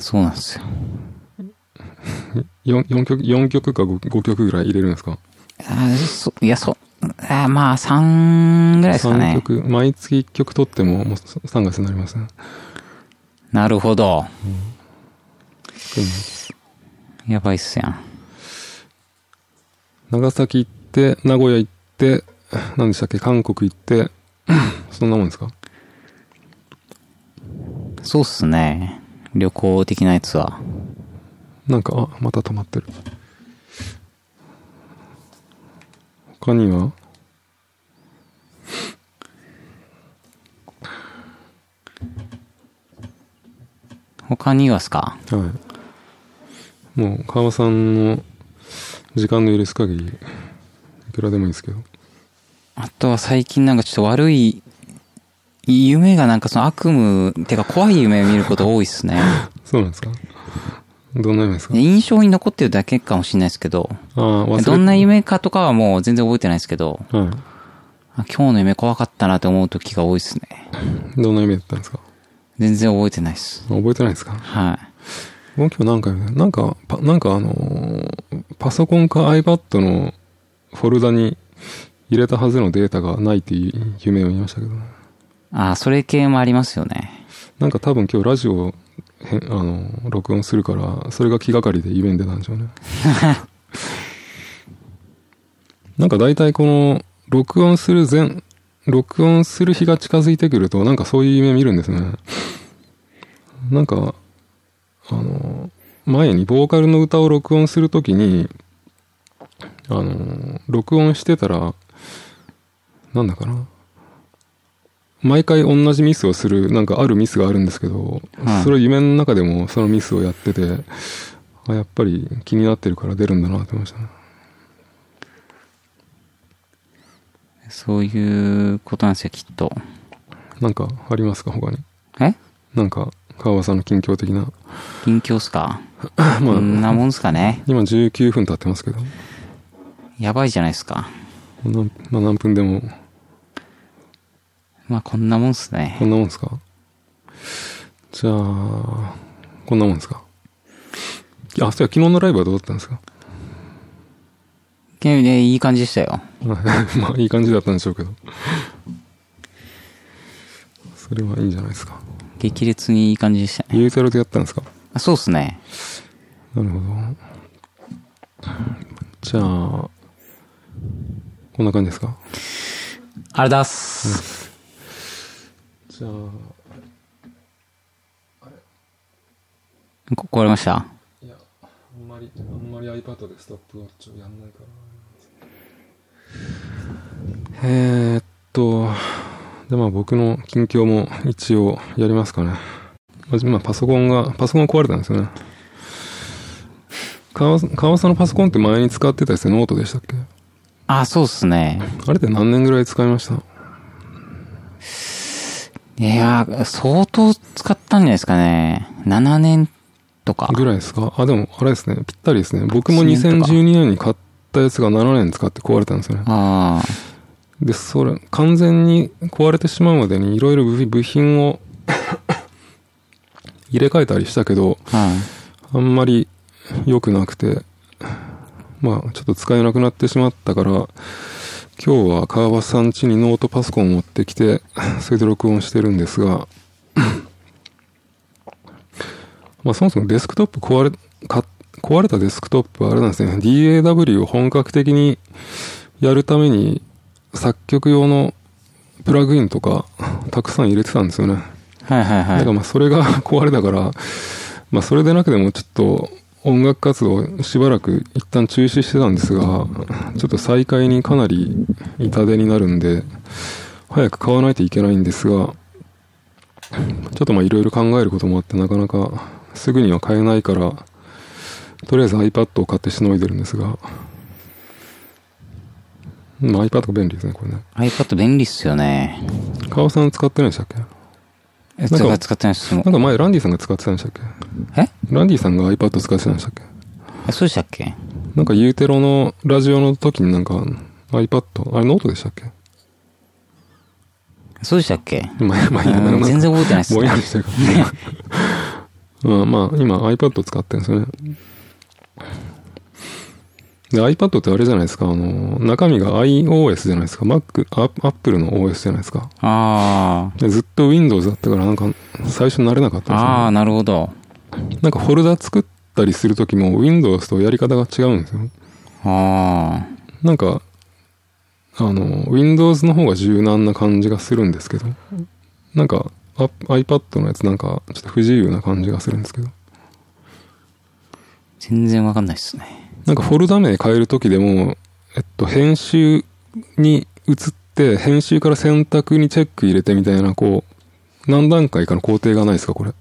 A: そうなんですよ。
B: 4, 4曲、4曲か 5, 曲ぐらい入れるんですか
A: あーそいや、そう。あーまあ、3ぐらいですか
B: ?3
A: ね。
B: 曲、毎月1曲取っても、もう3月になりますね。
A: なるほど。
B: 作んないと
A: やばいっすやん。
B: 長崎行って、名古屋行って、何でしたっけ、韓国行って、そんなもんですか
A: そうっすね。旅行的なやつは。
B: なんか、あ、また止まってる。他には
A: 他にはっすか
B: はい。もう、川さんの時間の許す限り、いくらでもいいですけど。
A: あとは最近なんかちょっと悪い、夢がなんかその悪夢、てか怖い夢を見ること多いっす
B: [laughs]
A: ね。
B: そうなんですかどんな夢ですか
A: 印象に残ってるだけかもしれないですけど、
B: ああ、忘れ
A: どんな夢かとかはもう全然覚えてないですけど、
B: は
A: あ今日の夢怖かったなって思う時が多いっすね。
B: い。どんな夢だったんですか
A: 全然覚えてないっす。
B: 覚えてないですか
A: はい。
B: 僕今日なんか夢、なんか、パなんかあのーパソコンか iPad のフォルダに入れたはずのデータがないっていう夢を見ましたけどね。
A: ああ、それ系もありますよね。
B: なんか多分今日ラジオ、へんあのー、録音するから、それが気がかりで夢に出たんでしょうね。なんか大体この、録音する前、録音する日が近づいてくると、なんかそういう夢見るんですね。なんか、あの、前にボーカルの歌を録音するときに、あの、録音してたら、なんだかな。毎回同じミスをする、なんかあるミスがあるんですけど、
A: はい
B: それ夢の中でもそのミスをやってて、あやっぱり気になってるから出るんだなって思いましたね。
A: そういうことなんですよ、きっと。
B: なんかありますか他に。
A: え
B: なんか、川場さんの近況的な。 [laughs]
A: 近況っすか
B: ま
A: こん
B: あ、
A: なもんっすかね
B: 今19分経ってますけど、
A: やばいじゃないですか。
B: なんまあ何分でも、
A: まあこんなもんっす
B: こ
A: ね。
B: んなもんですかじゃあ、こんなもんですかあ、そうや、昨日のライブはどうだったんですか [laughs]
A: けどねいい感じでしたよ。
B: まあ、いい感じだったんでしょうけど。それはいいんじゃないですか。
A: 激烈にいい感じでしたね。
B: ユーザルでやったんですか
A: あそうっすね。
B: なるほど。じゃあ、こんな感じですか
A: あれだっす。
B: じゃあ、
A: こ壊れました
B: いや、あんまり、あんまり iPad でストップウォッチをやんないから。えー、っと、で、まあ僕の近況も一応やりますかね。まあ今パソコンが、パソコン壊れたんですよね。川川尾さんのパソコンって前に使ってたやつノートでしたっけ
A: あ、そうっすね。
B: あれって何年ぐらい使いました
A: いやー、相当使ったんじゃないですかね。7年とか。
B: ぐらいですかあ、でもあれですね。ぴったりですね。僕も
A: 8年とか
B: 2012年に買ったやつが7年使って壊れたんですよね。
A: あ
B: で、それ、完全に壊れてしまうまでにいろいろ部部品を [coughs] 入れ替えたりしたけど、
A: あ、はい。
B: あんまり良くなくて、まあ、ちょっと使えなくなってしまったから、今日は川端さん家にノートパソコンを持ってきて、それで録音してるんですが、 [coughs] まあ、そもそもデスクトップ壊れ、か壊れたデスクトップはあれなんですね、DAW を本格的にやるために、作曲用のプラグインとか、たくさん入れてたんですよね。
A: はいはいは
B: だ
A: い
B: から。まあそれが [laughs] 壊れたから、まあそれでなくてもちょっと音楽活動をしばらく一旦中止してたんですが、ちょっと再開にかなり痛手になるんで、早く買わないといけないんですが、ちょっとまあいろいろ考えることもあってなかなかすぐには買えないから、とりあえず iPad を買ってしのいでるんですが、まあ、iPad が便利ですね、これね。
A: iPad 便利っすよね。
B: 川尾さん使ってないんでしたっけ
A: え、
B: なんか
A: 使ってないっすもん
B: なんか前、ランディさんが使ってたんでしたっけ
A: え
B: ランディさんが iPad 使ってたんでしたっけ
A: あそうでしたっけ
B: なんか、ユーテロのラジオの時になんか、iPad、あれノートでしたっけ
A: そうでしたっけ
B: まあ、まあ、いいや
A: うん全然覚えてないっす
B: ぼん
A: ね
B: や。りして
A: [laughs]
B: るから。まあまあ、今 iPad 使ってるんですよね。で、iPad ってあれじゃないですか、あの、中身が iOS じゃないですか、Mac、あ Apple の OS じゃないですか。
A: あ
B: でずっと Windows だったから、なんか、最初慣れなかっ
A: あ。あ
B: た
A: あ、
B: んで
A: なるほど。
B: すよ、ね。なんか、フォルダ作ったりするときも、Windows とやり方が違うんですよ。
A: ああ。
B: なんか、あの、Windows の方が柔軟な感じがするんですけど、なんか、あ iPad のやつなんか、ちょっと不自由な感じがするんですけど、
A: 全然わかんないっすね。
B: なんかフォルダ名変えるときでも、えっと、編集に移って、編集から選択にチェック入れてみたいな、こう、何段階かの工程がないですか、これ。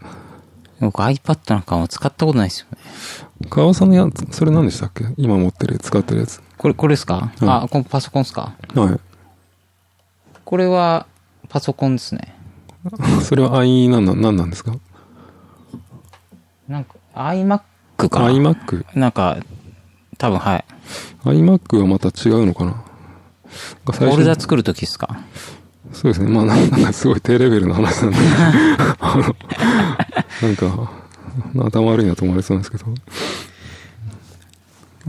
A: 僕 iPad なんかも使ったことないっすよね。
B: 川尾さんのやつ、それ何でしたっけ今持ってるやつ、使ってるやつ。
A: これ、これですか、
B: うん
A: あ、このパソコンですか
B: は
A: これは、パソコンですね。
B: い。 [laughs] それは i、なんなん、なんなんですか
A: なんか、iMac か。
B: ?iMac。
A: なんか、多分はい。
B: iMac はまた違うのかななんか
A: フ
B: 最初に
A: ォルダ作るときですか
B: そうですね。まあ、なんかすごい低レベルな話なんで、あの、なんか、頭悪いなと思われそうなんですけど。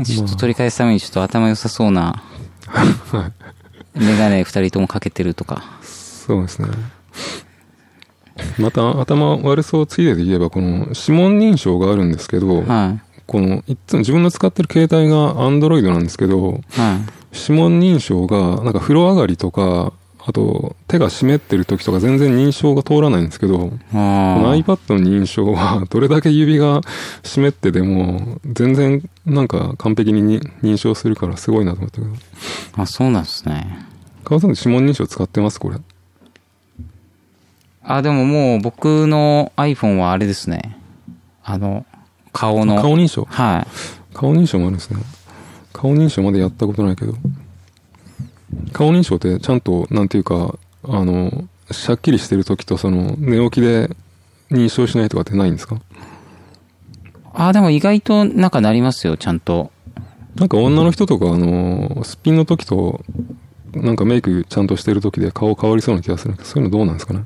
A: ちょっと取り返すためにちょっと頭良さそうな、
B: はい。
A: メガネ二人ともかけてるとか。
B: そうですね。また、頭悪そうついでで言えば、この指紋認証があるんですけど、
A: は
B: この、いっつも自分の使ってる携帯が Android なんですけど、
A: い。は
B: 指紋認証が、なんか風呂上がりとか、あと、手が湿ってる時とか全然認証が通らないんですけど、
A: い。
B: この
A: あ
B: iPad の認証は、 [laughs] どれだけ指が湿ってでも、全然なんか完璧にに認証するからすごいなと思ったけど。
A: あ。あ、そうなんですね。
B: 川さん指紋認証使ってますこれ。
A: あ、でももう僕の iPhone はあれですね。あの、顔の。
B: 顔認証
A: はい。
B: 顔認証もあるんですね。顔認証までやったことないけど。顔認証ってちゃんと、なんていうか、あの、しゃっきりしてる時とその、寝起きで認証しないとかってないんですか
A: あ、でも意外となんかなりますよ、ちゃんと。
B: なんか女の人とか、あの、すっぴんの時と、なんかメイクちゃんとしてる時で顔変わりそうな気がするんですけど、そういうのどうなんですかね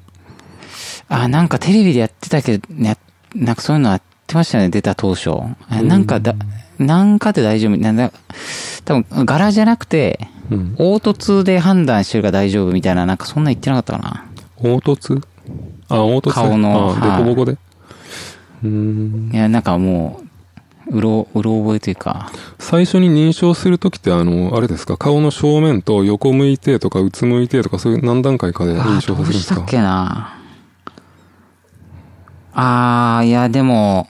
A: あ、なんかテレビでやってたけど、ね、なんかそういうのやってましたね、出た当初。あなんかだ、なんかで大丈夫。なんだ、多分柄じゃなくて、
B: うん。
A: 凹凸で判断してるから大丈夫みたいな、なんかそんなん言ってなかったかな。
B: 凹凸あ、凹凸
A: 顔の
B: あ、
A: はい
B: 凸凹で。うーん。
A: いや、なんかもう、うろ、うろ覚えというか。
B: 最初に認証するときって、あの、あれですか、顔の正面と横向いてとか、うつむいてとか、そういう何段階かで
A: あ
B: 認
A: ー
B: 証
A: ど
B: させるん
A: う
B: で
A: し
B: す
A: たっ
B: か
A: けなあー、いや、でも、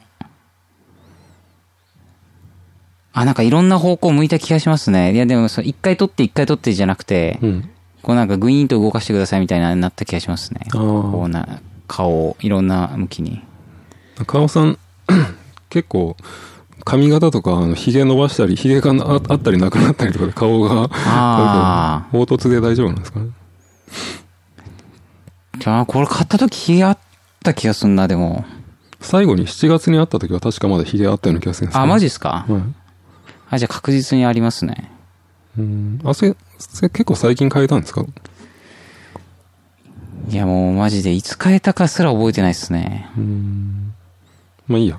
A: あ、なんかいろんな方向向いた気がしますね。いや、でも、そう一回取って一回取ってじゃなくて、
B: うん。
A: こうなんかグイーンと動かしてくださいみたいな、なった気がしますね。
B: あ
A: こう
B: ー
A: な、顔をいろんな向き
B: [laughs]
A: に。
B: 顔さん、 [coughs] 結構、髪型とか、あの、髭伸ばしたり、髭がなああったりなくなったりとかで顔が、
A: あ
B: 凹凸で大丈夫なんですかね
A: ー。じゃあ、これ買った時ひげあった気がすんな、でも。
B: 最後に7月に会った時は確かまだ髭あったような気がするんですけど
A: あ、マジっすか
B: はい。
A: あ、じゃあ確実にありますね。
B: うん。あ、それ、それ結構最近変えたんですか
A: いや、もうマジで、いつ変えたかすら覚えてないですね。
B: うんまあいいや。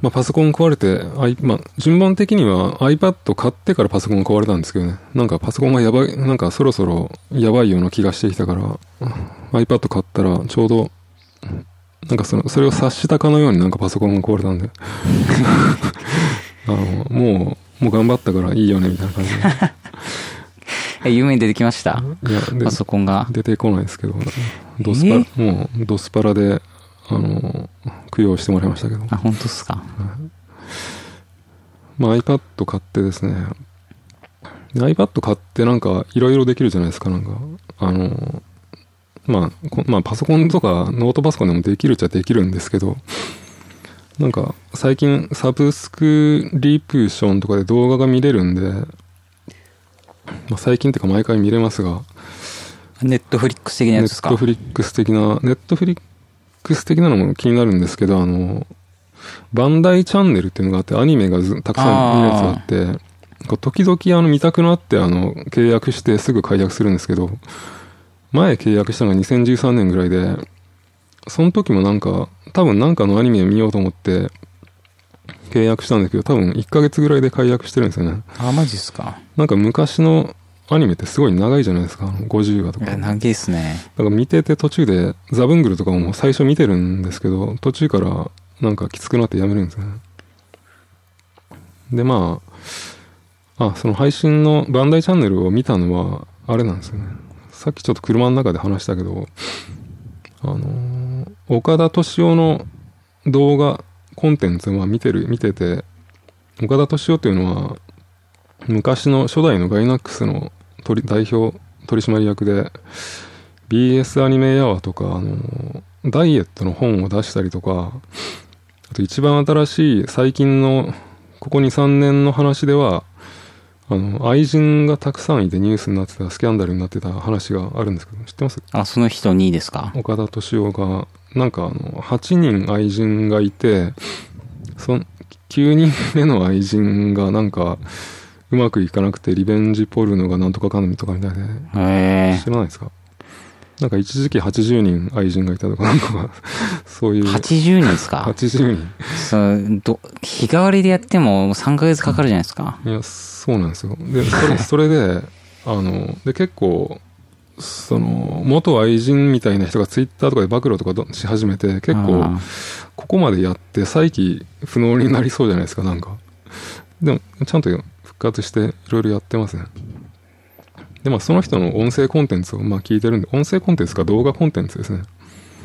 B: まあパソコン壊れて、あいまあ、順番的には iPad 買ってからパソコン壊れたんですけどね。なんかパソコンがやばい、なんかそろそろやばいような気がしてきたから、iPad 買ったらちょうど、なんかその、それを察したかのようになんかパソコンが壊れたんで。あの、もう、もう頑張ったからいいよねみたいな感じで。
A: え、夢に出てきました。
B: いや、
A: [laughs]
B: で
A: パソコンが。
B: 出てこないですけど、ドスパラ、もうドスパラで、あの、供養してもらいましたけど。
A: あ、本当っすか。
B: まあ、iPad 買ってですね。で iPad 買ってなんか、いろいろできるじゃないですか、なんか。あの、まあ、こまあ、パソコンとかノートパソコンでもできるっちゃできるんですけど、なんか、最近、サブスクリプションとかで動画が見れるんで、まあ、最近っていうか毎回見れますが、
A: ネットフリックス的な
B: ネ
A: やつです
B: ッ
A: か
B: トフリックス的な、ネットフリックス的なのも気になるんですけど、あの、バンダイチャンネルっていうのがあって、アニメがずたくさん見るやつがあって、こう時々あの見たくなってあの契約してすぐ解約するんですけど、前契約したのが2013年ぐらいで、その時もなんか、多分なんかのアニメ見ようと思って契約したんですけど、多分1ヶ月ぐらいで解約してるんですよね。
A: あ、マジっすか。
B: なんか昔のアニメってすごい長いじゃないですか、あの50話と
A: い
B: か。
A: や、長いっすね。
B: なんか見てて途中で、ザブングルとかも最初見てるんですけど、途中からなんかきつくなってやめるんですね。で、まあ、あ、その配信のバンダイチャンネルを見たのは、あれなんですよね。さっきちょっと車の中で話したけど、あのー岡田敏夫の動画、コンテンツは見てる、見てて、岡田敏夫っていうのは、昔の初代のガイナックスの取り代表取締役で、BS アニメアワーとか、あの、ダイエットの本を出したりとか、あと一番新しい最近の、ここ2、3年の話では、あの、愛人がたくさんいてニュースになってた、スキャンダルになってた話があるんですけど、知ってます
A: あ、その人2位ですか
B: 岡田敏夫が、なんかあの、8人愛人がいて、その、9人目の愛人がなんか、うまくいかなくてリベンジポルノがなんとかかんとかみたいで、
A: へえ
B: 知。らないですかなんか一時期80人愛人がいたとか、なんか、 [laughs] そういう。
A: 80人です
B: [laughs]
A: か
B: 80人。
A: そうど日替わりでやっても3ヶ月かかるじゃないですか。
B: いや、そうなんですよ。で、
A: [laughs]
B: それ、それで、あの、で、結構、その、元愛人みたいな人がツイッターとかで暴露とかどし始めて、結
A: あ
B: 構、
A: ー
B: ここまでやって再起不能になりそうじゃないですか、なんか。でも、ちゃんと復活して、いろいろやってますね。で、まあ、その人の音声コンテンツを、まあ、聞いてるんで、音声コンテンツか動画コンテンツですね。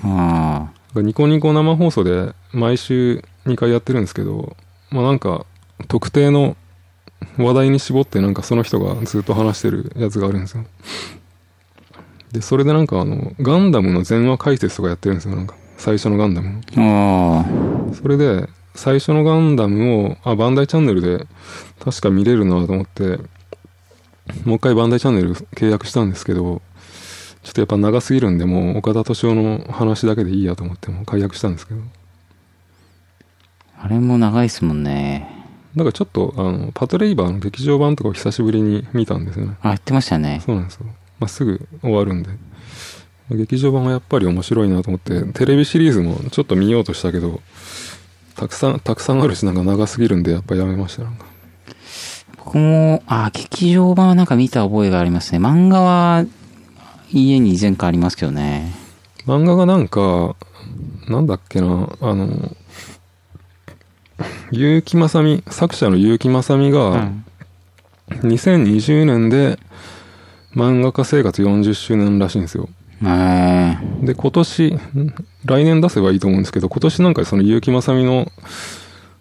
A: あ
B: ニコニコ生放送で毎週2回やってるんですけど、まあなんか特定の話題に絞ってなんかその人がずっと話してるやつがあるんですよ。で、それでなんかあの、ガンダムの全話解説とかやってるんですよ、なんか。最初のガンダムの。
A: ーあ
B: それで、最初のガンダムを、あ、バンダイチャンネルで確か見れるなと思って、もう一回バンダイチャンネル契約したんですけど、ちょっとやっぱ長すぎるんで、もう岡田敏夫の話だけでいいやと思って、もう解約したんですけど。
A: ーあれも長いっすもんね。
B: だからちょっと、あの、パトレイバーの劇場版とかを久しぶりに見たんですよね。
A: あ、やってましたね。
B: そうなんですよ。まあ、すぐ終わるんで。劇場版はやっぱり面白いなと思って、テレビシリーズもちょっと見ようとしたけど、たくさん、たくさんあるし、なんか長すぎるんで、やっぱやめました、なんか。
A: 僕も、あ、劇場版はなんか見た覚えがありますね。漫画は家に前回ありますけどね。
B: 漫画がなんか、なんだっけな、あの、結城まさみ、作者の結城まさみ
A: う
B: が、
A: ん。
B: 2020年で漫画家生活40周年らしいんですよ。
A: え
B: で、今年、ん来年出せばいいと思うんですけど、今年なんかその結城まさみの、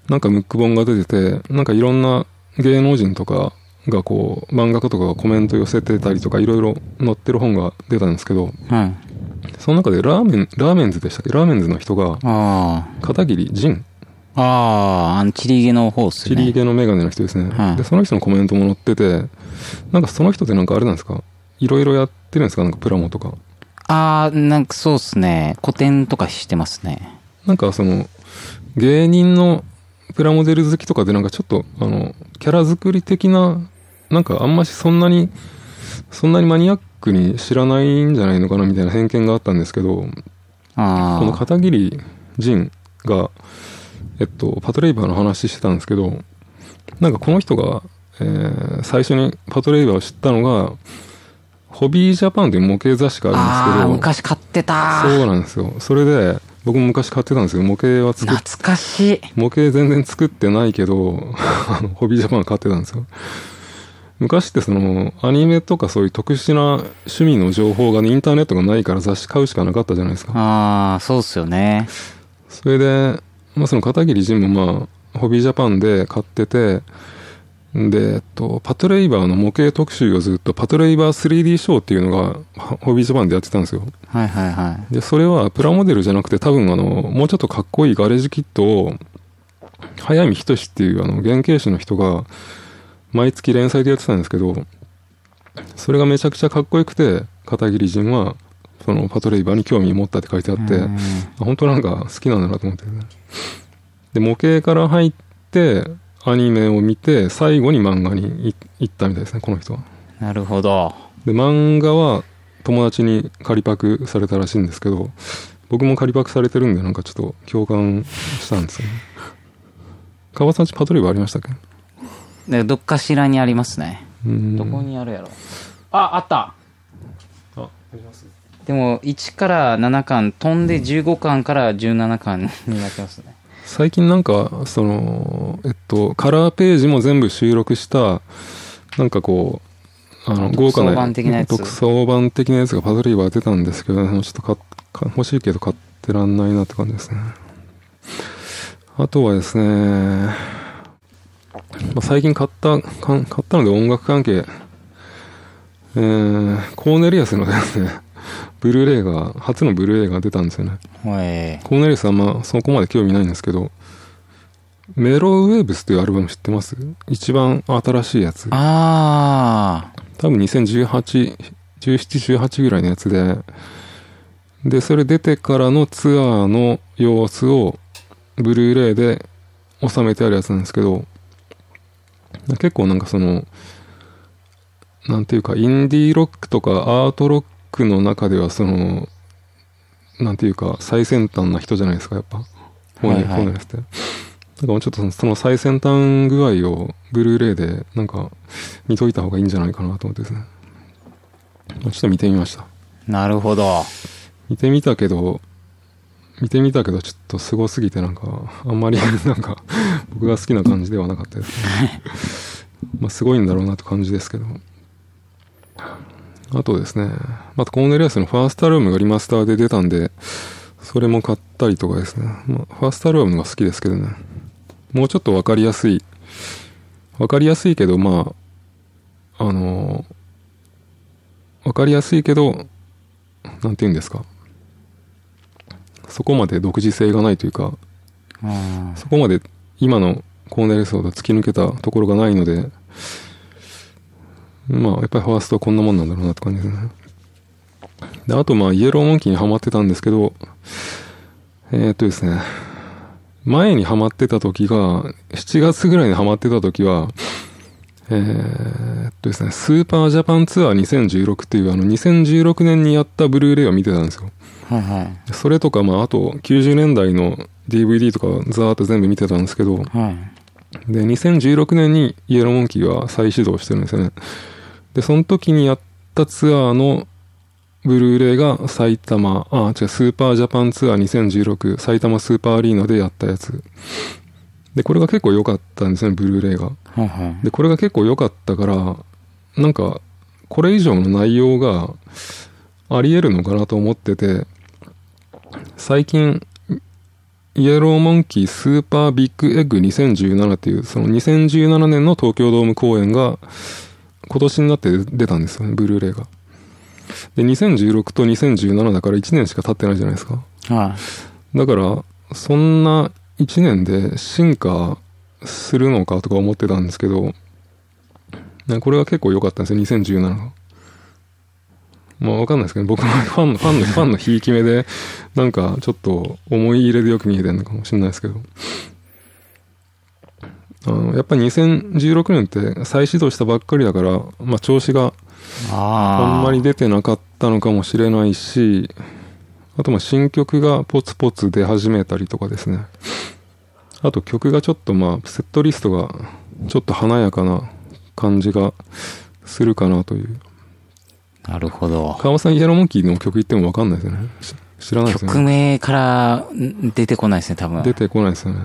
B: なんかムック本が出てて、なんかいろんな芸能人とかがこう、漫画家とかがコメント寄せてたりとか、いろいろ載ってる本が出たんですけど、
A: ー、はい。
B: その中でラーメン、ラーメンズでしたっけラーメンズの人が、
A: あ
B: 片桐仁、
A: あ。ああ、あの、チリゲの方っす
B: チ
A: ね。
B: リ系のメガネの人ですね、
A: はい
B: で、その人のコメントも載ってて、なんかその人ってなんかあれなんですかいろいろやってるんですかなんかプラモとか。
A: ああ、なんかそうっすね。古典とかしてますね。
B: なんかその、芸人のプラモデル好きとかでなんかちょっと、あの、キャラ作り的な、なんかあんましそんなに、そんなにマニアックに知らないんじゃないのかなみたいな偏見があったんですけど、この
A: あ
B: 片桐仁が、えっと、パトレイバーの話してたんですけど、なんかこの人が、えー最初にパトレイバーを知ったのが、ホビージャパンという模型雑誌
A: あ。
B: があ
A: ああー、
B: るんですけど、
A: 昔買ってた。
B: そうなんですよ。それで、僕も昔買ってたんですよ。模型は作っ
A: 懐かしい。
B: 模型全然作ってないけど、 [laughs] あのホビージャパン買ってたんですよ。昔ってその、アニメとかそういう特殊な趣味の情報がね、インターネットがないから雑誌買うしかなかったじゃないですか。
A: ああ、そうっすよね。
B: それで、まあその片桐仁もまあ、ホビージャパンで買ってて、で、えっと、パトレイバーの模型特集をずっと、パトレイバー 3D ショーっていうのが、はホビージャパンでやってたんですよ。
A: はいはいはい。
B: で、それはプラモデルじゃなくて、多分あの、もうちょっとかっこいいガレージキットを、早見仁っていうあの、原型師の人が、毎月連載でやってたんですけど、それがめちゃくちゃかっこよくて、片桐仁は、そのパトレイバーに興味を持ったって書いてあって、
A: うん
B: 本当なんか好きなんだなと思って、ね、で模型から入ってアニメを見て最後に漫画にい行ったみたいですねこの人は
A: なるほど。
B: で漫画は友達に仮パクされたらしいんですけど僕も仮パクされてるんでなんかちょっと共感したんですよね川崎パトレーバーありましたっけ
A: でどっかしらにありますね。
B: うん
A: どこにあるやろ。あ、あった
B: ああ
A: でも、1から7巻、飛んで15巻から17巻になってますね。
B: 最近なんかそのえっとカラーページも全部収録したなんかこうあの豪華な
A: 特装版的なやつ
B: 特装版的なやつがパトリーバー出たんですけど、ね、ちょっと買っ買欲しいけど買ってらんないなって感じですねあとはですね、まあ、最近買ったかん買ったので音楽関係えー、コーネリアスのですねブルーレイが初のブルーレイが出たんですよね
A: ほえ。
B: コーネリウスはあんまそこまで興味ないんですけど、メロウェーブスというアルバム知ってます一番新しいやつ。
A: あー。
B: 多分2018、17、18ぐらいのやつで、で、それ出てからのツアーの様子をブルーレイで収めてあるやつなんですけど、結構なんかその、なんていうか、インディーロックとかアートロックの中ではその、なんていうか、最先端な人じゃないですか、やっぱ。本
A: は
B: 人、
A: いはい
B: 本人ですって。なんかもうちょっとそのその最先端具合をブルーレイでなんか見といた方がいいんじゃないかなと思ってですね。まあちょっと見てみました。
A: なるほど。
B: 見てみたけど、見てみたけど、ちょっとすごすぎて、なんか、あんまり、 [laughs] なんか、僕が好きな感じではなかったですね。まあ、すごいんだろうなって感じですけど。あとですね、まあ、コーネリアスのファーストアルバムがリマスターで出たんで、それも買ったりとかですね。まあ、ファーストアルバムが好きですけどね。もうちょっとわかりやすい。わかりやすいけど、まあ、あの、わかりやすいけど、なんて言うんですか。そこまで独自性がないというか、
A: うん。
B: そこまで今のコーネレスほど突き抜けたところがないので、まあ、やっぱりファーストはこんなもんなんだろうなって感じですね。で、あとまあ、イエローモンキーにハマってたんですけど、えーっとですね、前にハマってた時が、7月ぐらいにハマってた時は、えーっとですね、スーパージャパンツアー2016っていうあの2016年にやったブルーレイを見てたんですよ。
A: はいは
B: それとか、まあ、あと、90年代の DVD とか、ザーって全部見てたんですけ
A: い。
B: ど、
A: はい。
B: で、2016年にイエローモンキーが再始動してるんですよね。で、その時にやったツアーの、ブルーレイが埼玉、あ、違う、スーパージャパンツアー2016、埼玉スーパーアリーナでやったやつ。で、これが結構良かったんですね、ブルーレイが。
A: はいはい。
B: でこれが結構良かったからなんかこれ以上の内容がありえるのかなと思ってて最近イエローモンキースーパービッグエッグ2017っていうその2017年の東京ドーム公演が今年になって出たんですよねブルーレイがで2016と2017だから1年しか経ってないじゃないですか
A: は
B: だから、そんな1年で進化するのかとか思ってたんですけど、ねこれが結構良かったんですよ、2017が。まあわかんないですけど、僕はファンの、ファンの、ファンのひいき目で、なんかちょっと思い入れでよく見えてるのかもしれないですけど。あの、やっぱり2016年って再始動したばっかりだから、まあ調子が
A: い。ああ。
B: あんまり。出てなかったのかもしれないし、あとまあ新曲がポツポツ出始めたりとかですね。あと曲がちょっとまあ、セットリストがちょっと華やかな感じがするかなという。
A: なるほど。
B: 川本さん、イエローモンキーの曲言ってもわかんないですよね。し知らないですよ
A: 曲
B: ね。
A: 名からん出てこないですね、多分。
B: 出てこないですよね。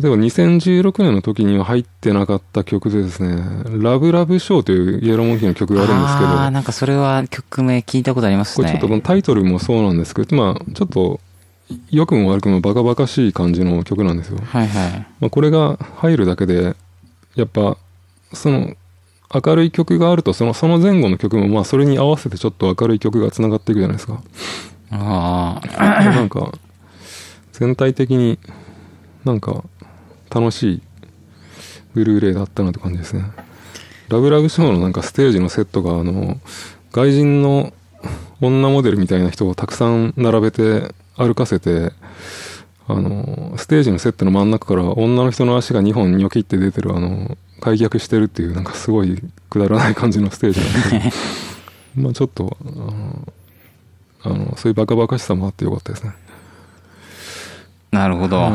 B: 例えば2016年の時には入ってなかった曲でですね、ラブラブショーというイエローモンキーの曲があるんですけど、
A: ああ、なんかそれは曲名聞いたことあります
B: これ
A: ね。
B: ちょっとこのタイトルもそうなんですけど、まあ、ちょっと、良くも悪くもバカバカしい感じの曲なんですよ。
A: はいはい。
B: まあ、これが入るだけで、やっぱ、その、明るい曲があると、その、その前後の曲も、まあ、それに合わせてちょっと明るい曲が繋がっていくじゃないですか。
A: ああ、
B: なんか、全体的になんか、楽しい、ブルーレイだったなって感じですね。ラブラブショーのなんかステージのセットが、あの、外人の女モデルみたいな人をたくさん並べて歩かせて、あの、ステージのセットの真ん中から女の人の足が2本ニョキって出てる、あの、開脚してるっていう、なんかすごいくだらない感じのステージなんですけど、まあちょっと、あの、あのそういうバカバカしさもあってよかったですね。
A: なるほど。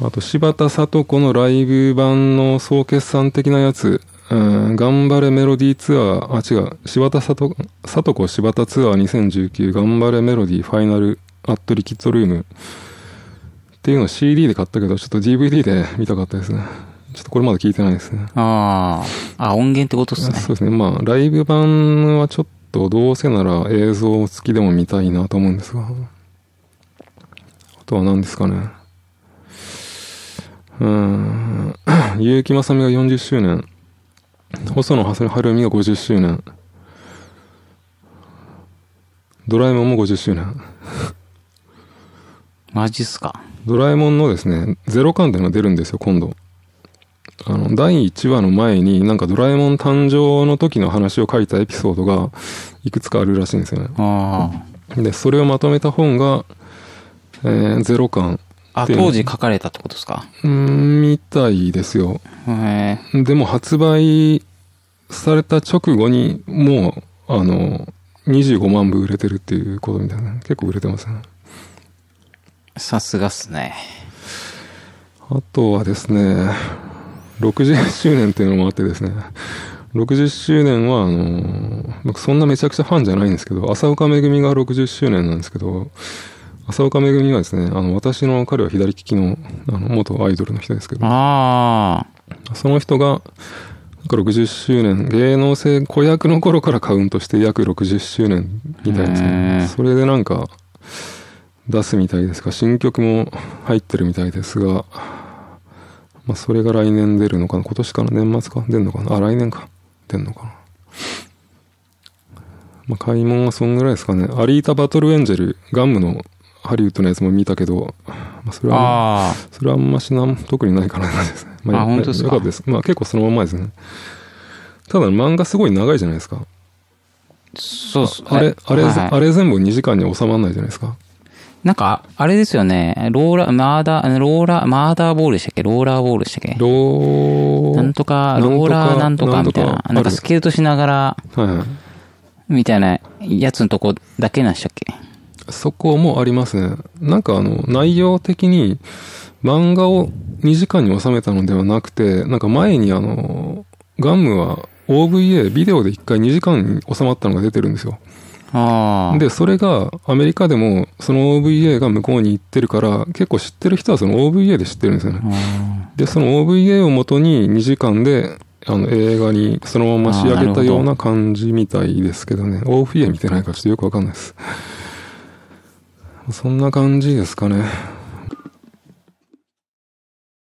B: あと、柴田聡子のライブ版の総決算的なやつ、うん、頑張れメロディーツアー、あ、違う、柴田聡子聡子柴田ツアー2019、頑張れメロディーファイナル、アットリキッドルームっていうのを CD で買ったけど、ちょっと DVD で見たかったですね。ちょっとこれまだ聞いてないですね。
A: ああ、あ、音源ってことっすね。
B: そうですね。まあ、ライブ版はちょっとどうせなら映像付きでも見たいなと思うんですが。あとは何ですかね。うーん。結城まさみが40周年。細野晴臣が50周年。ドラえもんも50周年。
A: マジっすか。
B: ドラえもんのですね、ゼロ感っていうのが出るんですよ、今度。あの、第1話の前に、なんかドラえもん誕生の時の話を書いたエピソードが、いくつかあるらしいんですよね。
A: あ
B: で、それをまとめた本が、えーゼロ感。
A: あ。あ、
B: で
A: 当時書かれたってことっすか。
B: うーん、みたいですよ。
A: へえ。
B: でも発売された直後に、もう、あの、25万部売れてるっていうことみたいな。結構売れてますね。
A: さすがっすね。
B: あとはですね、60周年っていうのもあってですね、60周年は、あの、僕そんなめちゃくちゃファンじゃないんですけど、浅岡めぐみが60周年なんですけど、浅岡めぐみはですね、あの、私の彼は左利きの、あの、元アイドルの人ですけど、
A: あ
B: その人が、なんか60周年、芸能性子役の頃からカウントして約60周年みたいです
A: へ
B: ね
A: ー。
B: それでなんか、出すみたいですが、新曲も入ってるみたいですが、まあそれが来年出るのかな今年かな年末か出んのかなあ、来年か。出んのかなまあ買い物はそんぐらいですかね。アリータバトルエンジェル、ガムのハリウッドのやつも見たけど、まあそ
A: あ。
B: れは、
A: あ
B: それはあんましなん、特にないからなんですね。
A: あ
B: よ
A: 本当ですか
B: よかったです。まあ結構そのまんまですね。ただ漫画すごい長いじゃないですか。
A: あ。そうっす
B: あれ、あれ、
A: はいはい
B: あれ全部2時間に収まらないじゃないですか。
A: なんか、あれですよね。ローラ、マーダー、ローラ、マーダーボールでしたっけローラーボールでしたっけ
B: ロー、
A: なんとか、
B: なんとか
A: ローラーなんとかみたい
B: なん
A: な
B: と。か
A: なんか
B: ある
A: スケートしながら、
B: はいはい。
A: みたいなやつのとこだけなんでしたっけ
B: そこもありますね。なんかあの、内容的に漫画を2時間に収めたのではなくて、なんか前にあの、ガムは OVA、ビデオで1回2時間に収まったのが出てるんですよ。
A: ああ。
B: で、それがアメリカでもその OVA が向こうに行ってるから、結構知ってる人はその OVA で知ってるんですよね。
A: あ
B: で、その OVA をもとに2時間で、あの映画にそのまま仕上げたような感じみたいですけどね。OVA 見てないからちょっとよくわかんないです。そんな感じですかね。